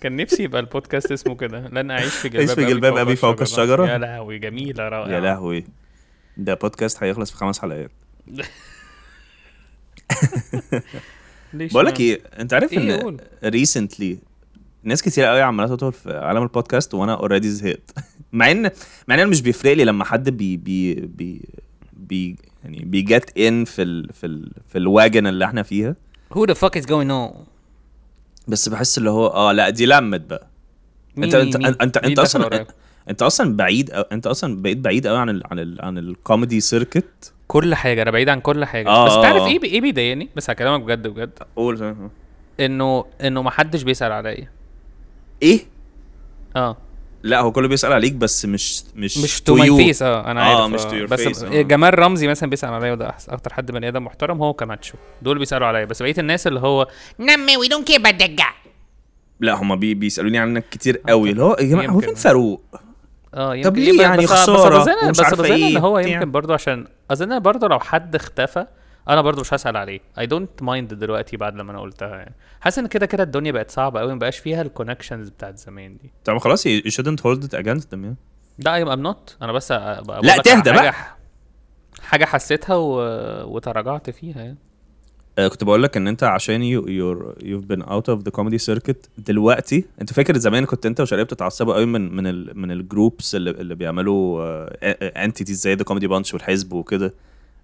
كان نفسي يبقى البودكاست اسمه كده لن أعيش في جلباب
أعيش في جلباب أبي فوق الشجرة.
يا لهوي جميلة رائعة
يا لهوي ده بودكاست هيخلص في خمس حلقات
ليش
بقول لك
ما-
ايه انت عارف
إيه
ان
قول.
ريسنتلي ناس كتير قوي عماله تدخل في عالم البودكاست وانا اوريدي زهقت (laughs) مع ان مع ان أنا مش بيفرق لي لما حد بي بي بي, بي يعني بيجت ان في ال في ال في الواجن اللي احنا فيها
Who the fuck is going on؟
بس بحس اللي هو اه لا دي لمت بقى
مين-
انت انت
مين- مين-
انت انت,
مين
انت
دخل
اصلا
وراك؟
انت اصلا بعيد أو انت اصلا بقيت بعيد قوي عن ال عن ال عن الكوميدي سيركت
كل حاجة أنا بعيد عن كل حاجة
آه،
بس
آه،
تعرف
آه.
إيه بي- إيه بيضايقني بس هكلمك بجد بجد
قول
إنه إنه محدش بيسأل عليا
ايه
اه
لا هو كله بيسال عليك بس مش مش
مش
to
تو ماي
you.
فيس اه انا عارف
اه مش تو يور
بس إيه،
فيس
جمال رمزي مثلا بيسال عليا وده أحس- اكتر حد بني ادم محترم هو كماتشو دول بيسالوا عليا بس بقيه الناس اللي هو آه،
نعم وي دونت كير about that guy
لا هما بي بيسالوني عنك كتير قوي اللي هو يا جماعه هو
يمكن.
فين فاروق؟
اه يمكن
طب ليه
بس-
يعني
بس
خسارة
بس اظن
ومش
بس
عارفة
اظن ان
إيه
هو
بتاع.
يمكن برضه عشان اظن برضه لو حد اختفى انا برضه مش هسال عليه اي دونت مايند دلوقتي بعد لما انا قلتها يعني حاسس ان كده كده الدنيا بقت صعبه قوي مبقاش فيها الكونكشنز بتاعت زمان دي
طب خلاص you shouldn't hold it against them يعني
لا اي ام نوت انا بس أ- أ- بقول
لا،
لك على
تهدى
حاجة-
بقى.
حاجه حسيتها و... وتراجعت فيها يعني
آه، كنت بقول لك ان انت عشان يو يور you've been out of the comedy circuit دلوقتي انت فاكر زمان كنت انت وشريف بتتعصبوا قوي من من ال من الجروبس اللي, اللي بيعملوا آه، انتيتيز زي ذا كوميدي بانش والحزب وكده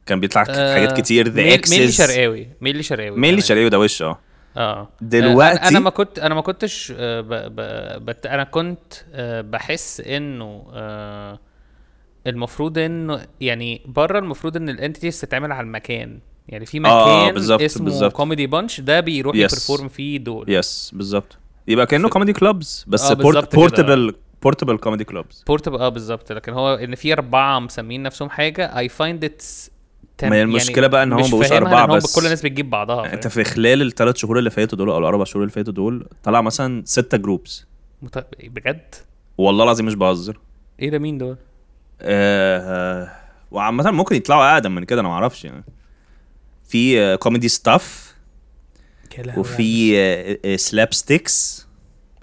كان بيطلع آه حاجات كتير ذا
ميل- ميلي
اكسس
شرقاوي ميلي شرقاوي
ميلي
كمان.
شريف ده وش اه
اه
دلوقتي-
انا أنا ما كنت انا ما كنتش آه، ب... ب... بت... انا كنت آه، بحس انه آه، المفروض انه يعني بره المفروض ان الانتيتيز تتعمل على المكان يعني في
آه،
مكان
بالظبط،
اسمه
بالظبط.
كوميدي بانش ده بيروح
Yes.
يبرفورم فيه دول
يس بالظبط يبقى كانه كوميدي كلوبز بس
آه، بالظبط كده.
بورتبل بورتبل كوميدي كلوبز
بورتبل اه بالظبط لكن هو ان في اربعه مسميين نفسهم حاجه اي فايند اتس يعني
ما هي المشكلة بقى إن هم مبقوش أربعة بس.
كل الناس بتجيب بعضها
انت في خلال الثلاث شهور اللي فاتوا دول او الاربع شهور اللي فاتوا دول طلع مثلا ستة جروبس
مت... بجد
والله العظيم مش بهزر
ايه ده مين دول؟
آه، آه، وعامة ممكن يطلعوا اقدم من كده انا ما اعرفش يعني في كوميدي ستاف
يا لهوي
وفي آه، سلاب ستيكس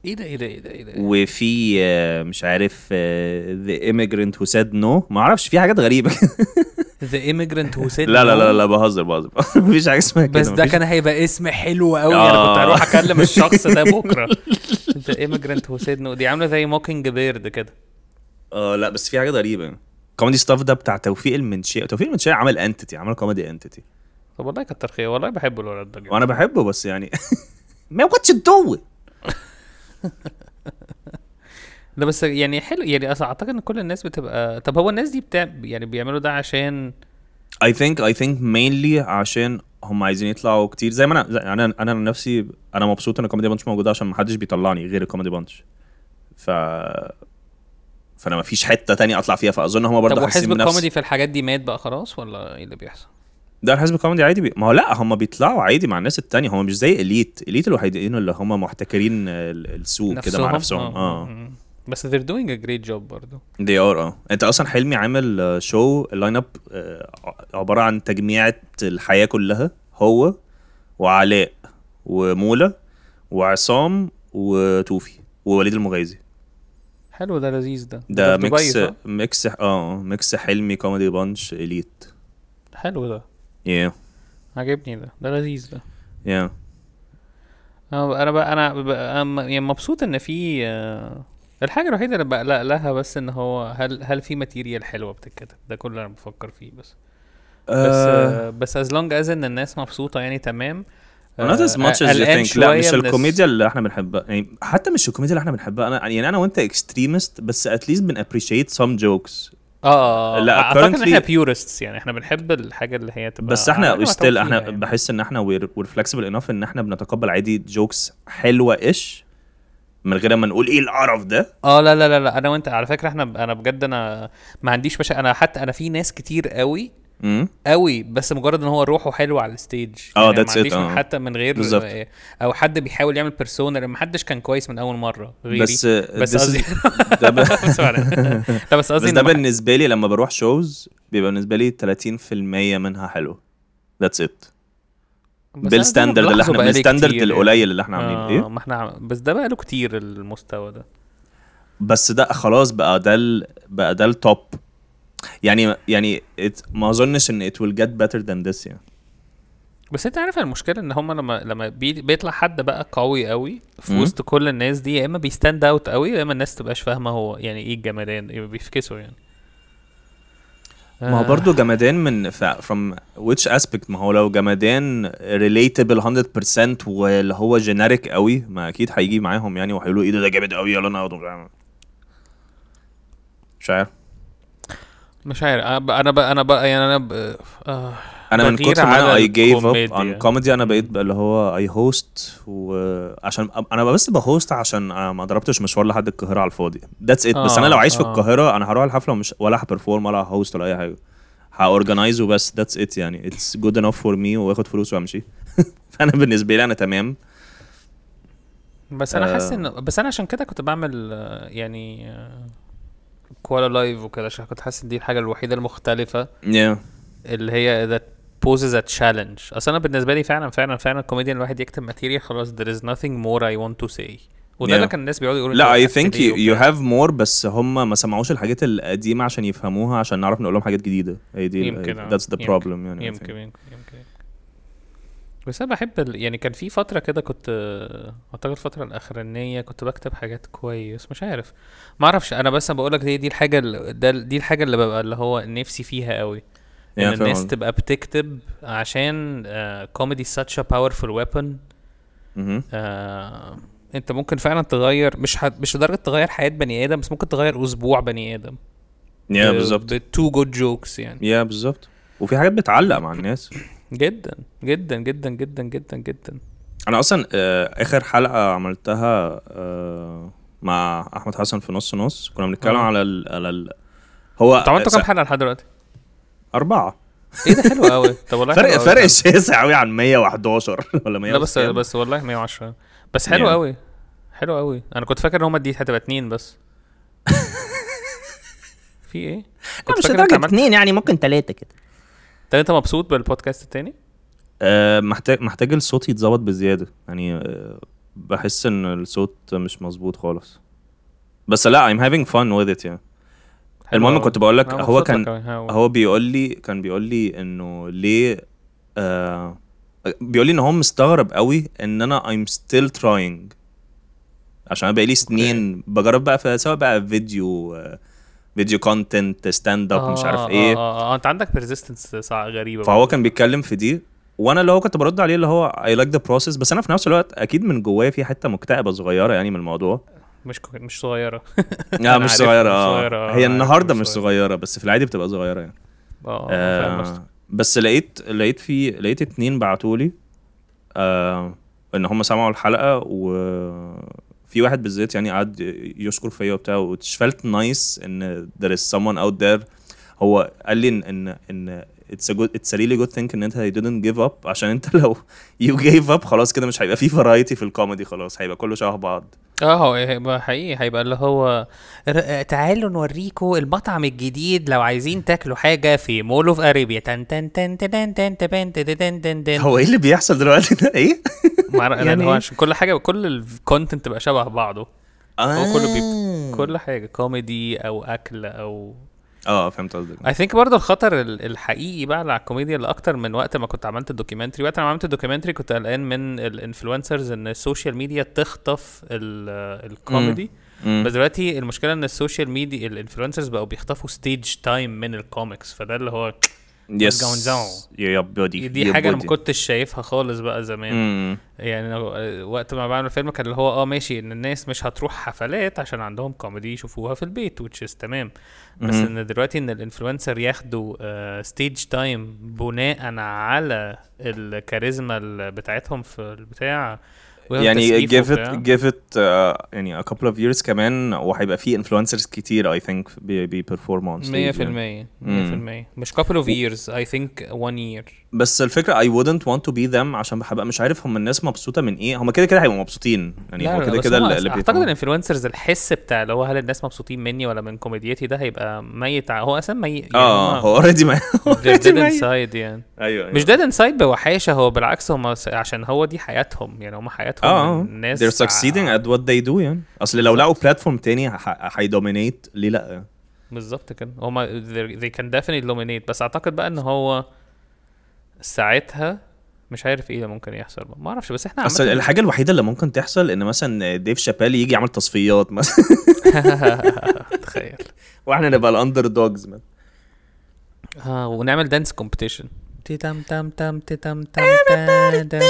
ايه ده ايه ده ايه ده ايه ده
وفي آه، مش عارف ذا immigrant who said no ما اعرفش في حاجات
(laughs)
غريبه
ذا ايميجرنت هو
لا لا لا لا بهزر بهزر (laughs) مفيش حاجه اسمها كده
بس ده
مفيش-
كان هيبقى اسم حلو قوي انا كنت
آه.
هروح اكلم الشخص
(laughs)
ده بكره ذا ايميجرنت هو نو دي عامله زي موكينج بيرد كده
اه لا بس في حاجه غريبه كوميدي ستاف ده بتاع توفيق المنشيه توفيق المنشيه عمل انتيتي عمل كوميدي انتيتي
طب والله كتر خير والله بحب الولد ده جدا.
وانا بحبه بس يعني (laughs) ما واتش دوت
ده بس يعني حلو يعني اصلا اعتقد ان كل الناس بتبقى طب هو الناس دي بتاع يعني بيعملوا ده عشان
اي ثينك اي ثينك مينلي عشان هم عايزين يطلعوا كتير زي ما انا زي انا انا عن نفسي انا مبسوط ان الكوميدي بانش موجوده عشان ما حدش بيطلعني غير الكوميدي بانش ف فانا ما فيش حته تانية اطلع فيها فاظن هم
طب
برضه حاسين
وحزب
بنفس
الكوميدي في الحاجات دي مات بقى خلاص ولا ايه اللي بيحصل؟
ده الحزب الكوميدي عادي بي... ما هو لا هم بيطلعوا عادي مع الناس التانية هم مش زي اليت اليت الوحيدين اللي هم محتكرين ال- السوق كده مع نفسهم اه
مم. آه. بس they're doing a great job برضه
دي ار اه انت اصلا حلمي عامل آه، شو اللاين اب آه، عباره عن تجميعة الحياه كلها هو وعلاء ومولا وعصام وتوفي ووليد المغازي
حلو ده لذيذ ده
ده
في دبي،
ميكس
صح؟
ميكس اه ميكس حلمي كوميدي بانش اليت
حلو ده
يا
عجبني ده ده لذيذ ده
يا
انا انا بقى انا بقى أنا م- يعني مبسوط ان في آه، الحاجه الوحيده اللي بقلق لها بس ان هو هل هل في ماتيريال حلوه بتتكتب ده كل اللي انا بفكر فيه بس بس آه، بس از لونج از ان الناس مبسوطه يعني تمام
not as much as you
قلقان
think لا
شوية
مش
من الس-
الكوميديا اللي احنا بنحبها يعني حتى مش الكوميديا اللي احنا بنحبها انا يعني انا وانت اكستريمست بس اتليست بن ابريشيت سم جوكس
اه
لا،
لا اعتقد ان احنا
currently-
بيورستس يعني احنا بنحب الحاجه اللي هي تبقى
بس احنا
عارفين
ستيل
معتمد
احنا
فيها يعني.
بحس ان احنا وير فلكسبل انف ان احنا بنتقبل عادي جوكس حلوه ايش من غير ما نقول ايه القرف ده
اه لا لا لا لا انا وانت على فكره احنا انا بجد انا ما عنديش مشا انا حتى انا في ناس كتير قوي
امم
قوي بس مجرد ان هو روحه حلو على الستيج
اه،
أنا ما
that's it،
عنديش
اه.
حتى من غير
بالظبط.
آه، او حد بيحاول يعمل بيرسونا لان ما حدش كان كويس من اول مره غيري
بس آه،
بس
this is-
(laughs) قصدي
(laughs) ده ب-
(laughs) سوري. لا بس قصدي
بس
إن
ده
ما-
بالنسبه لي لما بروح شوز بيبقى بالنسبه لي 30% منها حلو ذاتس ات
بس أنا ده
بالستاندرد اللي
بلاحظه
احنا
بقالي
بالستاندرد
كتير يعني.
القليل اللي احنا
آه،
عاملينه ايه
ما احنا عم- بس ده بقاله كتير المستوى ده
بس ده خلاص بقى ده ال- بقى ده التوب يعني يعني it- ما اظنش ان it will get better than this يعني
بس انت عارف المشكله ان هم لما لما بي- بيطلع حد بقى قوي قوي في وسط كل الناس دي يا اما بيستاند اوت قوي يا اما الناس تبقاش فاهمه هو يعني ايه الجمدان يبقى بيفكسوا يعني
ما هو
آه.
برضه جمدان من ف... from which aspect ما هو لو جمدان relatable 100% واللي هو generic قوي ما اكيد هيجي معاهم يعني وهيقولوا ايه ده ده جامد قوي يلا انا هاخده مش عارف مش عارف
مش عارف انا بقى انا بقى انا بقى يعني انا ب... آه
انا من
بغير
كتر ما انا I
على
gave up
الكوميديا.
on comedy انا بقيت بقى اللي هو I host وعشان انا بس بهوست عشان أنا ما ضربتش مشوار لحد القاهره على الفاضي that's it بس انا
آه،
لو عايش في
آه.
القاهره انا هروح الحفله ومش ولا هبرفورم ولا هوست ولا اي حاجه هاورجنايز وبس that's it يعني it's good enough for me واخد فلوس وامشي (laughs) فانا بالنسبه لي انا تمام
بس انا حاسس
آه.
ان بس انا عشان كده كنت بعمل آه، يعني آه، كوالا لايف وكده عشان كنت حاسس ان دي الحاجه الوحيده المختلفه
yeah.
اللي هي that poses a challenge اصل انا بالنسبه لي فعلا فعلا فعلا الكوميديا إن الواحد يكتب ماتيريال خلاص there is nothing more I want to say وده
Yeah.
اللي كان الناس بيقعدوا يقولوا
لا
إن
اي
هو
ثينك
actually
يو
okay.
هاف مور بس هم ما سمعوش الحاجات القديمه عشان يفهموها عشان نعرف نقول لهم حاجات جديده هي دي
يمكن آه،
that's the
يمكن،
problem يعني I think.
يمكن يمكن يمكن بس انا بحب ال... يعني كان في فتره كده كنت آه، اعتقد الفتره الاخرانيه كنت بكتب حاجات كويس مش عارف ما اعرفش انا بس بقول لك دي دي الحاجه ال... ده ال- دي الحاجه اللي ببقى اللي هو نفسي فيها قوي
يعني
ان
فاهم
الناس
قصدك.
تبقى بتكتب عشان كوميدي such a powerful weapon
مهم.
آه، انت ممكن فعلا تغير مش ه... مش لدرجه تغير حياه بني ادم بس ممكن تغير اسبوع بني ادم
يا بالظبط
بتو جود جوكس يعني
يا بالظبط وفي حاجات بتعلق مع الناس
جدا جدا جدا جدا جدا جدا
انا اصلا آه، اخر حلقه عملتها آه، مع احمد حسن في نص نص كنا بنتكلم
آه.
على ال على ال هو
طب عملتوا
س-
كام حلقه لحد دلوقتي؟ (laughs)
اربعه
ايه ده حلو قوي طب والله حلو
فرق
قوي.
فرق شاسع قوي عن 111 (laughs) ولا 100
لا بس بس والله 110 بس حلو
يعني.
قوي حلو قوي انا كنت فاكر ان هما دي هتبقى
(laughs)
اتنين بس في ايه؟ كنت
مش
فاكر انت
لدرجه
عملت
اتنين يعني ممكن تلاته كده
طب انت مبسوط بالبودكاست التاني؟
آه، محتاج محتاج الصوت يتظبط بزياده يعني آه، بحس ان الصوت مش مظبوط خالص بس لا I'm having fun with it يعني
حلو
المهم
قوي.
كنت بقول لك
أنا
هو
مبسوط لك
كان
أوي. ها هو.
هو بيقول لي كان بيقول لي انه ليه آه بيقول لي ان هو مستغرب قوي ان انا I'm still trying عشان انا بقالي سنين بجرب بقى في سواء بقى فيديو آه، فيديو كونتنت ستاند اب مش عارف
آه،
ايه
آه، اه اه انت عندك بيرزيستنس غريبه
فهو كان بيتكلم في دي وانا اللي هو كنت برد عليه اللي هو اي لايك ذا بروسيس بس انا في نفس الوقت اكيد من جوايا في حته مكتئبه صغيره يعني من الموضوع
(laughs) مش كو- مش صغيره
لا
(laughs) أنا
مش
عارف
صغيره
مش
اه هي
أنا عارف
النهارده مش
صغيرة.
صغيره بس في العادي بتبقى صغيره يعني
اه آه، فاهم قصدك.
آه بس لقيت لقيت في لقيت اتنين بعتوا لي آه ان هم سمعوا الحلقه وفي واحد بالذات يعني قعد يشكر فيا وبتاع which felt nice ان there is someone out there هو قال لي ان ان ان it's a good it's a really good thing ان انت you didn't give up عشان انت (laughs) لو you gave up خلاص كده مش هيبقى في variety في الكوميدي خلاص هيبقى كله شبه بعض
اه هو هيبقى حقيقي هيبقى اللي هو ر- تعالوا نوريكم المطعم الجديد لو عايزين تاكلوا حاجه في مول اوف اريبيا تن تن تن تن تن تن تن تن تن تن تن
هو ايه اللي بيحصل دلوقتي ده ايه؟
ما
(laughs)
أعرف-
يعني
يعني هو
إيه؟
عشان كل حاجه كل الكونتنت تبقى شبه بعضه هو كله
آه.
بيب... كل حاجه كوميدي او اكل او
اه فهمت قصدك
اي ثينك برضه الخطر ال- الحقيقي بقى على الكوميديا اللي اكتر من وقت ما كنت عملت الدوكيومنتري وقت ما عملت الدوكيومنتري كنت قلقان من الانفلونسرز ان السوشيال ميديا تخطف ال- الكوميدي
مم.
بس دلوقتي المشكله ان السوشيال ميديا الانفلونسرز بقوا بيخطفوا ستيج تايم من الكوميكس فده اللي هو
يس
going down.
يا بودي
دي حاجه انا ما كنتش شايفها خالص بقى زمان
امم
يعني لو- آه، وقت ما بعمل فيلم كان اللي هو اه ماشي ان الناس مش هتروح حفلات عشان عندهم كوميدي يشوفوها في البيت which is تمام بس
مهم.
ان دلوقتي ان الانفلونسر ياخدوا آه، ستيج تايم بناء على الكاريزما ال- بتاعتهم في البتاع وياخدوا
يعني
تسقيف
give
وبتاع.
it give it uh, يعني a couple of years كمان وهيبقى في influencers كتير I think بي بي perform on stage
مية في
يعني.
المية مية في المية مش couple of years I think one year
بس الفكرة I wouldn't want to be them عشان هبقى مش عارف هم الناس مبسوطة من ايه هم كده كده هيبقوا مبسوطين يعني
لا
هو
لا،
كده
بس
كده
هما
اللي اللي
اعتقد
بيفهم.
الانفلونسرز الحس بتاع اللي هو هل الناس مبسوطين مني ولا من كوميديتي ده هيبقى ميت ع- هو اصلا ميت يعني
اه هو already
(laughs)
ما (laughs) already
ديد
ميت.
انسايد يعني
ايوه
مش ديد انسايد بوحاشه هو بالعكس هم س- عشان هو دي حياتهم يعني هم حياتهم
اه
الناس
they're succeeding at what they do يعني اصل لو لقوا بلاتفورم تاني ه- هيدومينيت ليه لا
بالظبط كده هم they can definitely dominate بس اعتقد بقى ان هو ساعتها مش عارف ايه اللي ممكن يحصل ما اعرفش بس احنا
اصل
عامة-
الحاجة الوحيدة اللي ممكن تحصل ان مثلا ديف شابيل يجي يعمل تصفيات (laughs) مثلا
(laughs) تخيل
(laughs) واحنا نبقى الاندر دوجز مثلا
اه ونعمل دانس كومبيتيشن تي تام تام تام تي تام تام تام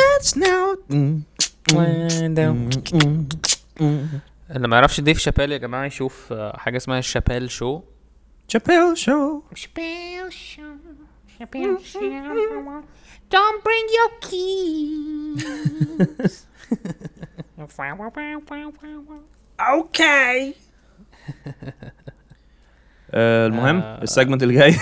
اللي ما يعرفش ديف شابيل يا جماعه يشوف آه، حاجه اسمها الشابيل شو
شابيل شو
Special, special. Don't bring your keys. okay.
آه، المهم السيجمنت اللي جاي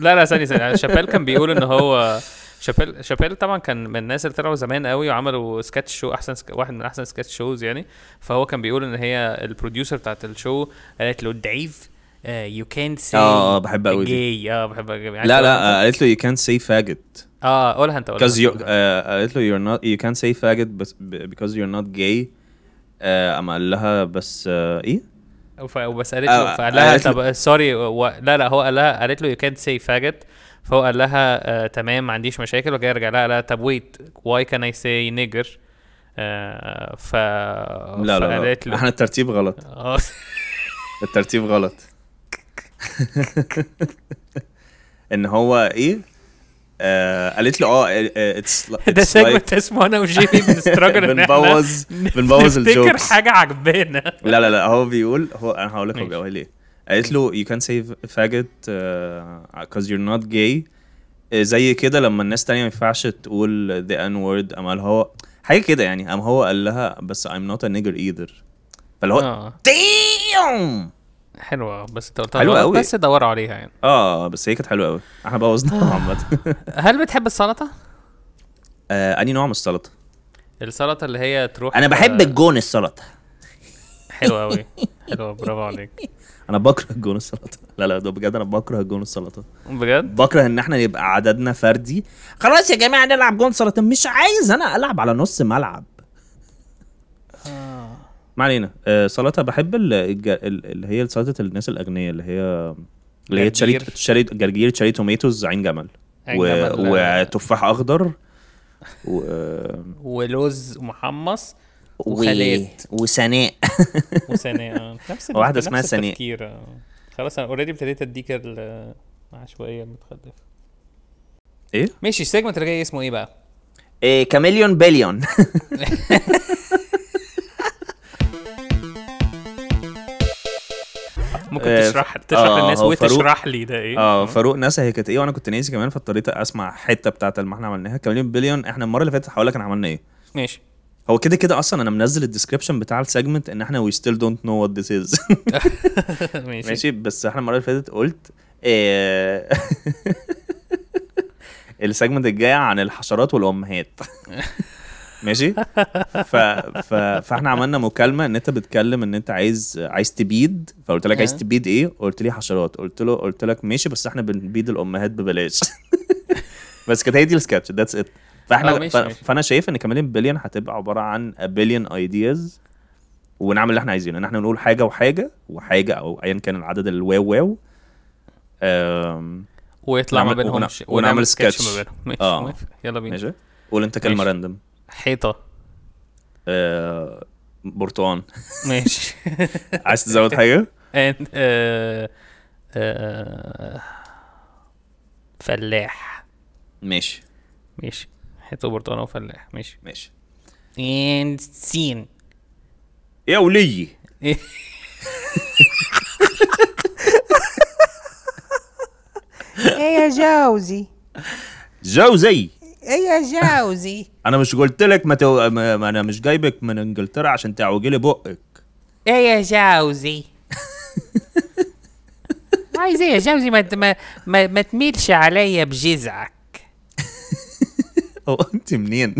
لا لا ثانيه ثانيه شابيل كان بيقول ان هو شابيل شابيل طبعا كان من الناس اللي طلعوا زمان قوي وعملوا سكتش شو احسن سك... واحد من احسن سكتش شوز يعني فهو كان بيقول ان هي البروديوسر بتاعت الشو قالت له ضعيف يو كانت سي
آه، آه، بحب أوي دي.
اه
(laughs)
بحب
لا لا آه، قالت له you can't say faggot
اه قولها انت قولها
because you
أنت.
آه، قالت له you're not you can't say faggot but b- because you're not gay آه، قام قال لها بس آه، ايه
ف- وبس قالت
آه،
له فقال لها
قالت له-
طب سوري و... لا لا هو قال لها قالت له يو كانت سي فاجت فهو قال لها آه تمام ما عنديش مشاكل وجاي رجع لها قال لها طب ويت واي كان اي سي نيجر آه، ف
لا لا,
فقالت
لا.
له
احنا الترتيب غلط
اه
الترتيب غلط (laughs) ان هو ايه آه قالت له اه (laughs) اتس
(laughs) ده سيجمنت اسمه انا
(laughs)
وجيمي بنستراجل ان احنا
بنبوظ بنبوظ
(laughs) نفتكر
الجوكس
حاجه عجبانا
لا لا لا هو بيقول هو انا هقول لك هو
ماشي.
بيقول ايه قالت له you can say faggot uh, cause you're not gay آه، زي كده لما الناس تانية ما ينفعش تقول the n word اما هو حاجه كده يعني اما هو قال لها بس I'm not a nigger either فاللي هو
اه
damn
حلوه بس انت قلتها
حلوة
غلط،
أوي.
بس دوروا عليها يعني
اه بس هي كانت حلوه قوي احنا بوظناها عامه
هل بتحب السلطه؟
آه، انهي نوع من السلطه؟
السلطه اللي هي تروح
انا بحب الجون السلطه
حلوه (laughs) قوي حلوه برافو عليك
انا بكره الجون السلطه لا لا ده بجد انا بكره الجون السلطه
بجد
بكره ان احنا نبقى عددنا فردي خلاص يا جماعه نلعب جون سلطه مش عايز انا العب على نص ملعب ما علينا آه، سلطه بحب ال- الج- ال- اللي هي سلطه الناس الاغنياء اللي هي اللي هي تشاري
جرجير.
تشاري جرجير تشاري توميتوز عين جمل
عين
و...
جمل، آه.
وتفاح اخضر و...
(laughs)
آه،
ولوز محمص
و...
وخليط.
وسناء
وسناء آه. نفس
(laughs)
ال-
واحدة
نفس
اسمها سناء.
التفكير، آه. خلاص انا اوريدي ابتديت اديك ال- العشوائيه المتخلفه
ايه
ماشي السيجمنت اللي جاي اسمه ايه بقى؟
(laughs) إيه كاميليون
(laughs)
بليون
ممكن
آه،
تشرح تشرح
آه،
للناس
هو فاروق.
وتشرح لي ده
(laughs)
ايه؟
اه فاروق ناسا هي كانت ايه وانا كنت ناسي كمان فاضطريت اسمع حته بتاعت اللي احنا عملناها كمان بليون احنا المره اللي فاتت هقول لك احنا عملنا ايه
ماشي (laughs)
هو كده كده اصلا انا منزل الديسكربشن بتاع السيجمنت ان احنا وي ستيل دونت نو وات ذس (laughs) از
ماشي
ماشي بس احنا المره اللي فاتت قلت آه، (laughs) السيجمنت الجاي عن الحشرات والامهات (laughs) ماشي ف... ف... فاحنا عملنا مكالمه ان انت بتكلم ان انت عايز عايز تبيد فقلت لك عايز
آه.
تبيد ايه قلت لي حشرات قلت له قلت لك ماشي بس احنا بنبيد الامهات ببلاش (laughs) بس كانت هي دي السكتش ذاتس ات
آه،
فاحنا
ماشي،
ف...
ماشي.
فانا شايف ان كمان بليون هتبقى عباره عن بليون ايدياز ونعمل اللي احنا عايزينه ان احنا نقول حاجه وحاجه وحاجه او ايا كان العدد الواو واو آم،
ويطلع ما
ونعمل-
بينهمش
ونعمل سكتش.
ما بينهم ماشي
آه.
موافق. يلا بينا
ماشي قول انت كلمه
ماشي.
راندم
حيطه
آه، برتقان
ماشي (laughs)
عايز تزود حاجه
and آه، آه، فلاح
ماشي
(laughs) ماشي حيطه برتقانه وفلاح ماشي
ماشي
and سين
يا ولي
إيه؟
ايه يا جوزي
جوزي
ايه يا جوزي
انا مش قلت لك ما, تو... ما ما انا مش جايبك من انجلترا عشان تعوجي لي بقك (laughs)
ايه يا جوزي
(laughs)
عايز ايه يا جوزي ما ما ما, ما تميلش
e
عليا بجزعك
هو انت منين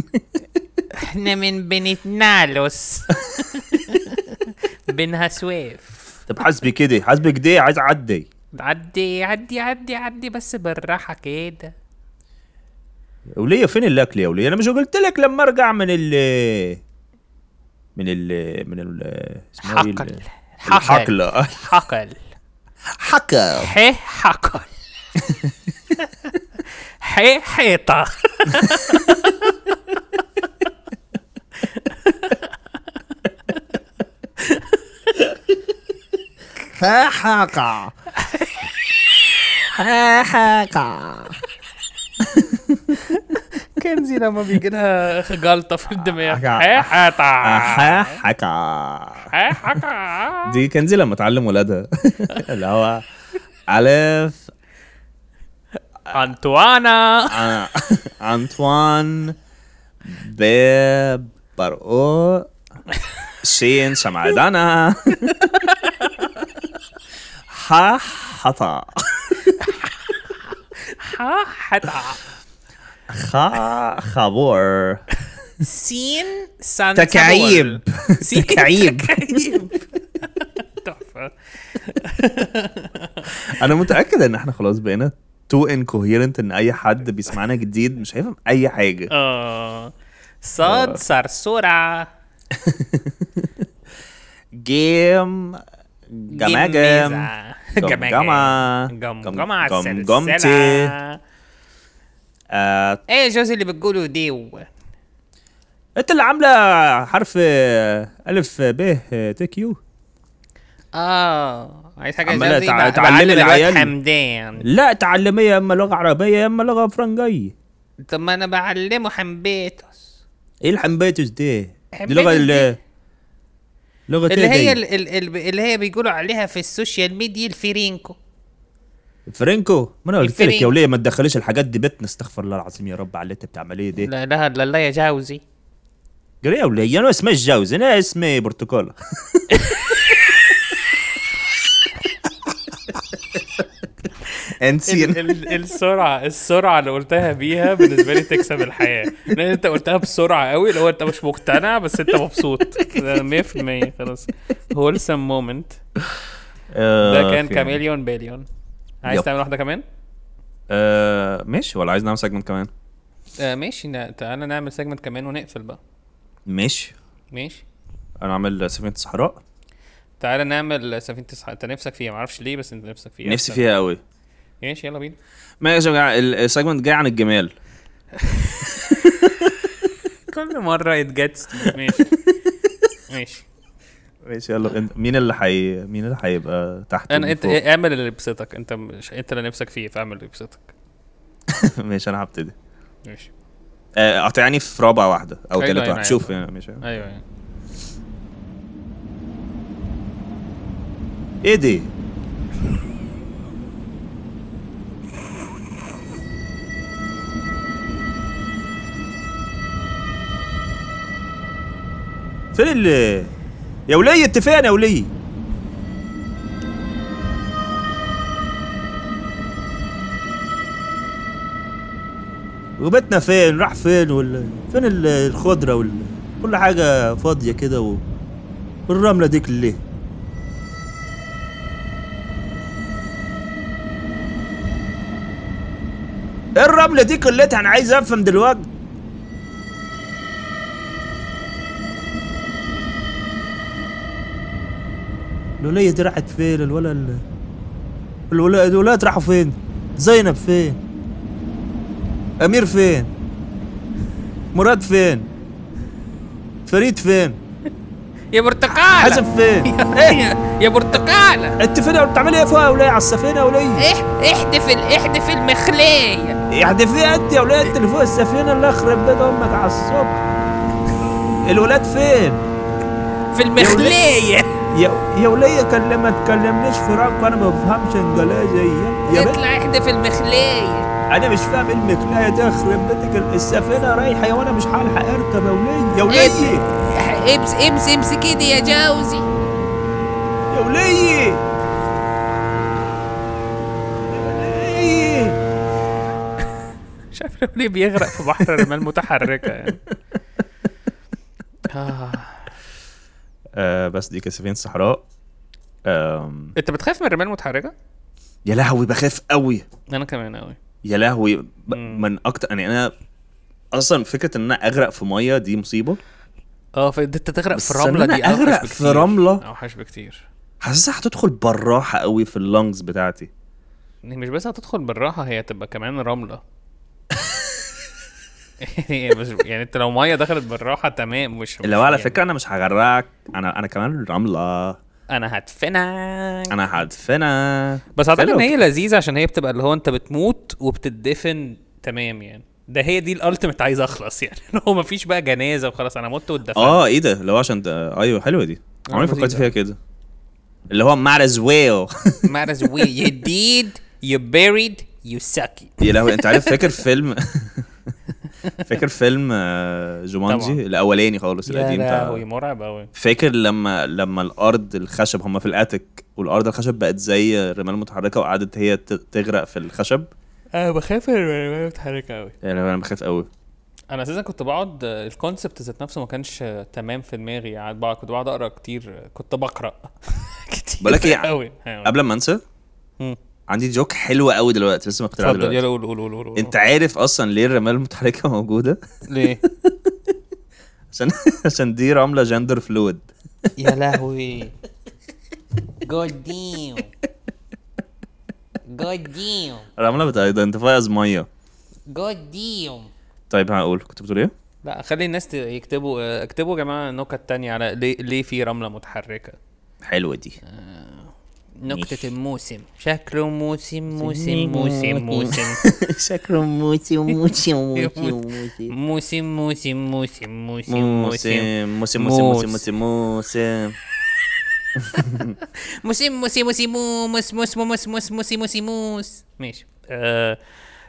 (laughs)
احنا من بنت نالوس بنها سويف
طب حاسبي كده حاسبي كده عايز اعدي
عدي عدي عدي عدي بس بالراحة كده
يا ولية فين الاكل يا ولية انا مش قلت لك لما ارجع من ال من ال من ال اسمها ايه ال-
حقل
الحقل
حقل
حكا
ح حقل ح حيطة
ها حكا ها حكا
كنزي لما بيجي لها جلطه في الدماغ
حاجة-
حيطه
أحا حكا
حيطه
دي كنزي لما تعلم ولادها (laughs) اللي هو الف
انطوانا
(laughs) آه، انطوان ب برقو شين (laughs) شمعدانا ح حطا
ح حيطه
خ خبور
سين سان
تكعيب (laughs)
سين
تكعيب
تكعيب تحفه
انا متاكد ان احنا خلاص بقينا تو انكوهيرنت ان اي حد بيسمعنا جديد مش هيفهم اي حاجه
اه صاد صرصوره
جيم جماجم
جماجم
(laughs) جمجمة
جمجمة
جمجمة
على
جمجمتي
السلسلة
آه،
ايه
Eh,
يا جوزي اللي بتقوله دي و-
انت اللي عامله حرف آه، الف ب آه، ت كيو
اه عايز حاجه
عمالة
جوزي
تع-
بقى-
تعلمي
بعلم الواد
العيال.
حمدان
لا تعلميه يا اما لغه عربيه يا اما لغه فرنجيه
طب ما انا بعلمه حمبيتوس
ايه الحمبيتوس دي؟ دي
حمبيتوس
لغه
دي.
ال لغه
اللي
إيه
هي
دي؟
ال- ال- ال- اللي هي بيقولوا عليها في السوشيال ميديا الفيرينكو
فرنكو ما انا قلت لك يا
الفرنك.
وليه ما تدخليش الحاجات دي بيتنا استغفر الله العظيم يا رب على اللي انت بتعمليه دي
لا لا لا لا يا جوزي
قال يا يعني وليه انا اسمي الجوز انا اسمي
(laughs)
برتقاله
ال-
انسين
(laughs) ال- السرعه السرعه اللي قلتها بيها بالنسبه لي تكسب الحياه لان انت قلتها بسرعه قوي اللي هو انت مش مقتنع بس انت مبسوط ده 100% خلاص هولسم مومنت
آه،
ده كان كاميليون بليون عايز
يب.
تعمل واحده كمان
آه ماشي ولا عايز نعمل سيجمنت كمان
آه ماشي نا- تعالى نعمل سيجمنت كمان ونقفل بقى
ماشي
ماشي
انا عامل سفينه الصحراء
تعالى نعمل سفينه تسعة انت نفسك فيها معرفش ليه بس انت نفسك فيها
نفسي
استنى.
فيها قوي
ماشي يلا بينا
ماشي يا جماعه السيجمنت جاي عن الجمال
كل مره اتجتس (laughs) ماشي ماشي
ماشي يلا انت- مين اللي حي مين اللي هيبقى تحت
انا انت
ومين فوق؟
اعمل اللي يبسطك انت مش انت اللي نفسك فيه فاعمل اللي يبسطك
(laughs) ماشي انا هبتدي
ماشي
آه، قاطعني في رابع واحده او
أيوة،
تالت
أيوة،
واحده
أيوة.
شوف يعني ماشي
ايوه يعني.
ايه دي فين ال يا ولي اتفقنا يا ولي وبيتنا فين راح فين ولا فين ال- الخضره ولا كل حاجه فاضيه كده و... والرمله ديك ليه ايه الرمله دي كلتها انا عايز افهم دلوقتي الولية دي راحت فين الولا ال- الولا الولاد راحوا فين زينب فين امير فين مراد فين فريد فين
يا
(laughs)
برتقال
حسن فين ايه
يا برتقال
انت فين بتعمل ايه فوق يا ولية على السفينه يا ولية
إح احدف ال- احدف المخلية
يعني في انت يا ولاد اللي فوق السفينه اللي اخرب بيت امك على الصبح الولاد فين؟
في المخلية
يا يا ولية كان لما تكلمنيش فرنك انا ما بفهمش انجليزي يا بنت
اطلع احدف المخلية
انا مش فاهم المكلايه دي اخرب بيتك ال- السفينه رايحه يا وانا مش هلحق اركب يا ولية يا ولية
امس امس امس كده يا جوزي
يا ولية يا ولية
مش عارف ليه- ليه بيغرق في بحر الرمال متحركه
(laughs)
يعني آه.
آه بس دي كسفين صحراء آم.
انت بتخاف من الرمال المتحركه؟
يا لهوي بخاف قوي
انا كمان قوي
يا لهوي ب- من اكتر يعني انا اصلا فكره ان انا اغرق في ميه دي مصيبه
اه فانت تغرق في
بس
رمله
إن أنا
دي أوحش
أغرق في
بكتير.
رملة؟
اوحش بكتير
حاسسها هتدخل بالراحه قوي في اللنجز بتاعتي
إن مش بس هتدخل بالراحه هي هتبقى كمان (laughs) رمله يعني مش يعني انت لو ميه دخلت بالراحه تمام مش مش
لو على
يعني
فكره انا مش هغرقك انا انا كمان رمله
انا هدفنك
انا هدفنا
بس اعتقد
حلو.
ان هي لذيذه عشان هي بتبقى اللي هو انت بتموت وبتدفن تمام يعني ده هي دي الالتيميت عايز اخلص يعني (laughs) اللي هو مفيش بقى جنازه وخلاص انا مت واتدفنت (laughs)
اه ايه ده لو عشان ده ايوه حلوه دي عمري ما فكرت
آه، لذيذة.
فيها كده اللي هو مارز ويل
might as well. You did, you buried, you suck it.
(laughs) يا لهوي انت عارف فاكر فيلم (laughs) فاكر فيلم آه، جومانجي
طبعا.
الاولاني خالص القديم بتاع
مرعب قوي
فاكر لما لما الارض الخشب هم في الاتك والارض الخشب بقت زي الرمال المتحركه وقعدت هي ت- تغرق في الخشب
انا بخاف من الرمال متحركه قوي
يعني انا بخاف قوي
انا اساسا كنت بقعد الكونسبت ذات نفسه ما كانش تمام في دماغي قاعد بقعد كنت بقعد اقرا كتير كنت بقرا كتير
بقولك إيه،
قوي
قبل ما انسى
مم.
عندي جوك حلوه قوي دلوقتي لسه مقتنع
اتفضل
دلوقتي
يلا قول قول قول قول قول.
انت عارف اصلا ليه الرمال المتحركه موجوده
ليه
(laughs) عشان عشان دي رمله جندر فلويد
يا لهوي جود ديم جود ديم
رمله بتايدنتيفاي از ميه
جود ديم
طيب هقول كنت بتقول ايه؟
لا خلي الناس ت- يكتبوا آه، اكتبوا يا جماعه نكت تانية على ليه, ليه في رمله متحركه
حلوه دي
نكتة الموسم شكله موسم
موسم موسم موسم
شكله موسي
(laughs)
وموسي
وموسي
وموسي
موسم موسم موسم موسم موسم
موسم موسم موسم موسم موسم
موسم موسم موسم موس موس موس موس موس موس موس (laughs) ماشي آه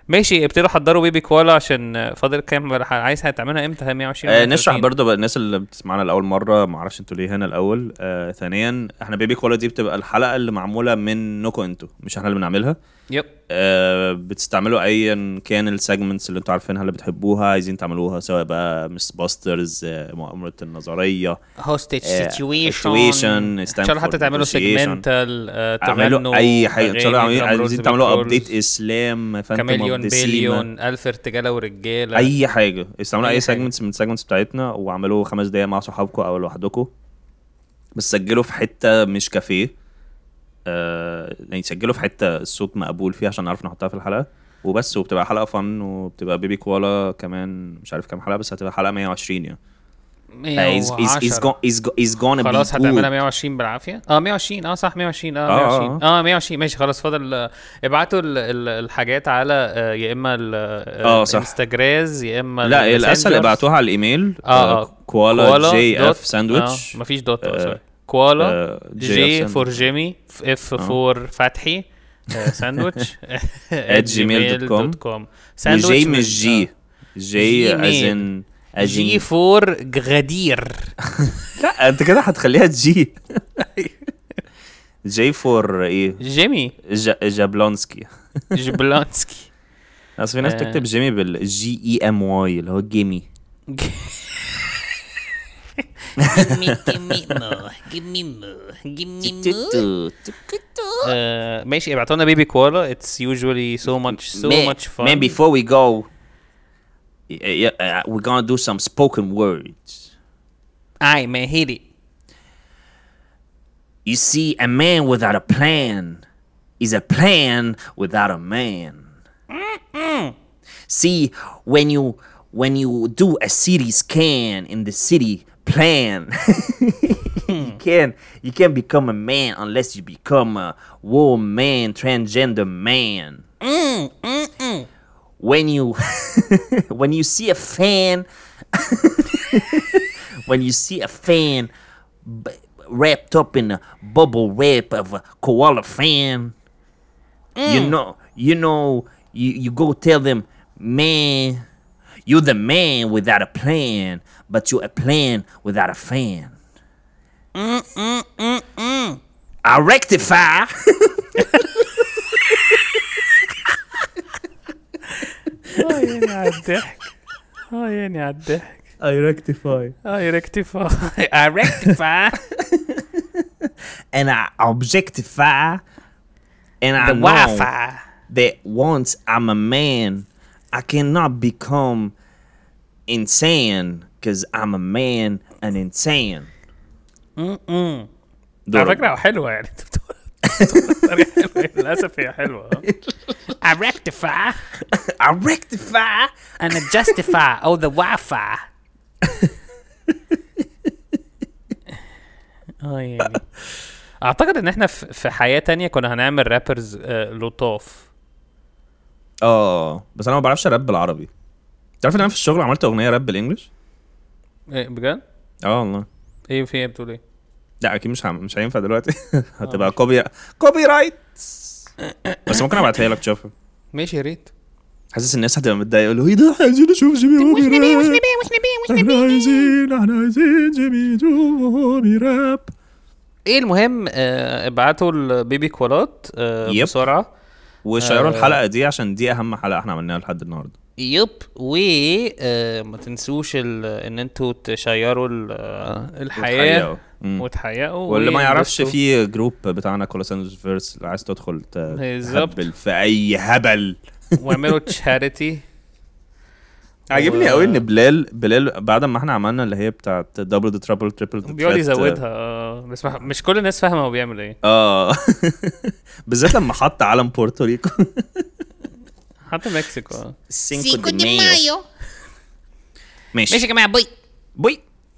ماشي ابتدوا حضروا بيبي كوالا عشان آه، فاضل كام ح- عايز هتعملها امتى 120
آه نشرح
130.
برضه بقى الناس اللي بتسمعنا لاول مره ما اعرفش انتوا ليه هنا الاول آه ثانيا احنا بيبي كولا دي بتبقى الحلقه اللي معموله من نوكو انتوا مش احنا اللي بنعملها
يب
آه، بتستعملوا ايا كان السيجمنتس اللي انتوا عارفينها اللي بتحبوها عايزين تعملوها سواء بقى آه، مس باسترز مؤامره النظريه
هوستج
آه،
سيتويشن
situation,
ان
stand
شاء الله حتى
for
تعملوا آه،
negotiation.
سيجمنتال
اعملوا اي حاجه ان شاء الله عايزين- عايزين تعملوا ابديت اسلام
كاميليون
فانتوم بليون
بليون الف ارتجاله ورجاله
اي حاجه استعملوا
أي
اي,
حاجة.
سيجمنتس من السيجمنتس بتاعتنا واعملوه خمس دقايق مع صحابكم او لوحدكم بس سجلوا في حته مش كافيه آه يعني سجلوا في حته الصوت مقبول فيها عشان نعرف نحطها في الحلقه وبس وبتبقى حلقه فن وبتبقى بيبي كوالا كمان مش عارف كام حلقه بس هتبقى حلقه 120 يعني is, is, is,
110.
go, is, go, is gonna
خلاص
be good.
هتعملها 120 بالعافيه اه 120 اه صح 120 اه
آه،
120 اه 120 ماشي خلاص فاضل آه، ابعتوا ال- ال- الحاجات على آه، يا اما ال- آه،
آه، صح.
الانستجراز يا اما
لا الاسهل
الماسنجرز.
ابعتوها على الايميل
اه آه،
كوالا جي
دوت-
اف ساندويتش
آه، مفيش دوت آه،
آه،
سوري. كوالا
آه، JF
جي فور
sandwich.
جيمي اف فور فتحي آه،
(laughs)
ساندويتش (laughs) at
gmail.com.
gmail.com. ساندويتش
وجي مش جي
آه.
جي
جيميل.
ازن
آه، جي فور (laughs) غدير
لا انت كده هتخليها (laughs) جي جي فور ايه
جيمي
جا- جابلونسكي
جبلانسكي
اصل في ناس
آه.
بتكتب جيمي بالجي اي ام واي E اللي هو جيمي
آه، ماشي ابعتوا لنا بيبي كوالا اتس يوجوالي سو ماتش سو
Man,
ماتش فun
man,
before we go yeah, uh, we're gonna do some spoken words
اي ما (laughs) هيري
You see, a man without a plan is a plan without a man. See, when you when you do a city scan in the city plan, (laughs) you can you can become a man unless you become a woman, transgender man. When you (laughs) when you see a fan, (laughs) when you see a fan b- wrapped up in a bubble wrap of a koala fan. You know, you know, you, you go tell them, man, you're the man without a plan, but you're a plan without a fan. I rectify. (laughs)
اه يعني على الضحك اه يعني على الضحك
I rectify.
اي ريكتيفاي اي ريكتيفاي
And I objectify. And I
(laughs) the
know
Wi-Fi.
that once I'm a man, I cannot become insane because I'm a man and insane.
على فكره حلوه يعني (laughs) انت بتقول- بتقول حلوة. للاسف هي حلوه
I rectify
(laughs) I rectify.
and I justify
Oh,
all the
(laughs)
Wi-Fi
اه يعني اعتقد ان احنا في في حياه تانية كنا هنعمل رابرز لطاف
Oh,
اه بس انا ما بعرفش اراب بالعربي تعرف ان انا في الشغل عملت اغنيه راب بالانجلش
إيه، بجد
اه والله
ايه في ايه بتقول ايه
لا اكيد مش هم... مش هينفع
(laughs)
دلوقتي هتبقى كوبي كوبي رايت بس ممكن ابعتها لك تشوفها
ماشي يا ريت
حاسس الناس هتبقى متضايقه يقولوا ايه ده احنا عايزين نشوف جيمي هوبي راب احنا عايزين احنا عايزين جيمي يشوف هوبي راب
ايه المهم آه، ابعتوا البيبي كوالات آه،
يب.
بسرعه
وشيروا
آه.
الحلقه دي عشان دي اهم حلقه احنا عملناها لحد النهارده
يب و آه، ما تنسوش ال- ان انتوا تشيروا ال- آه، الحياه
وتحققوا. مم.
وتحققوا
واللي ما يعرفش
وينبسطوا.
في جروب بتاعنا كولوسانز فيرس اللي عايز تدخل ت-
بالظبط.
تهبل في اي هبل
(laughs) واعملوا تشاريتي
عاجبني قوي ان بلال بلال بعد ما احنا عملنا اللي هي بتاعت دبل ذا ترابل تريبل (laughs)
بيقعد يزودها اه بس ما- مش كل الناس فاهمه هو
آه. (laughs)
بيعمل ايه
اه بالذات لما حط علم بورتوريكو
حتى مكسيكو آه.
Cinco,
Cinco de Mayo.
ماشي
ماشي يا جماعه باي
باي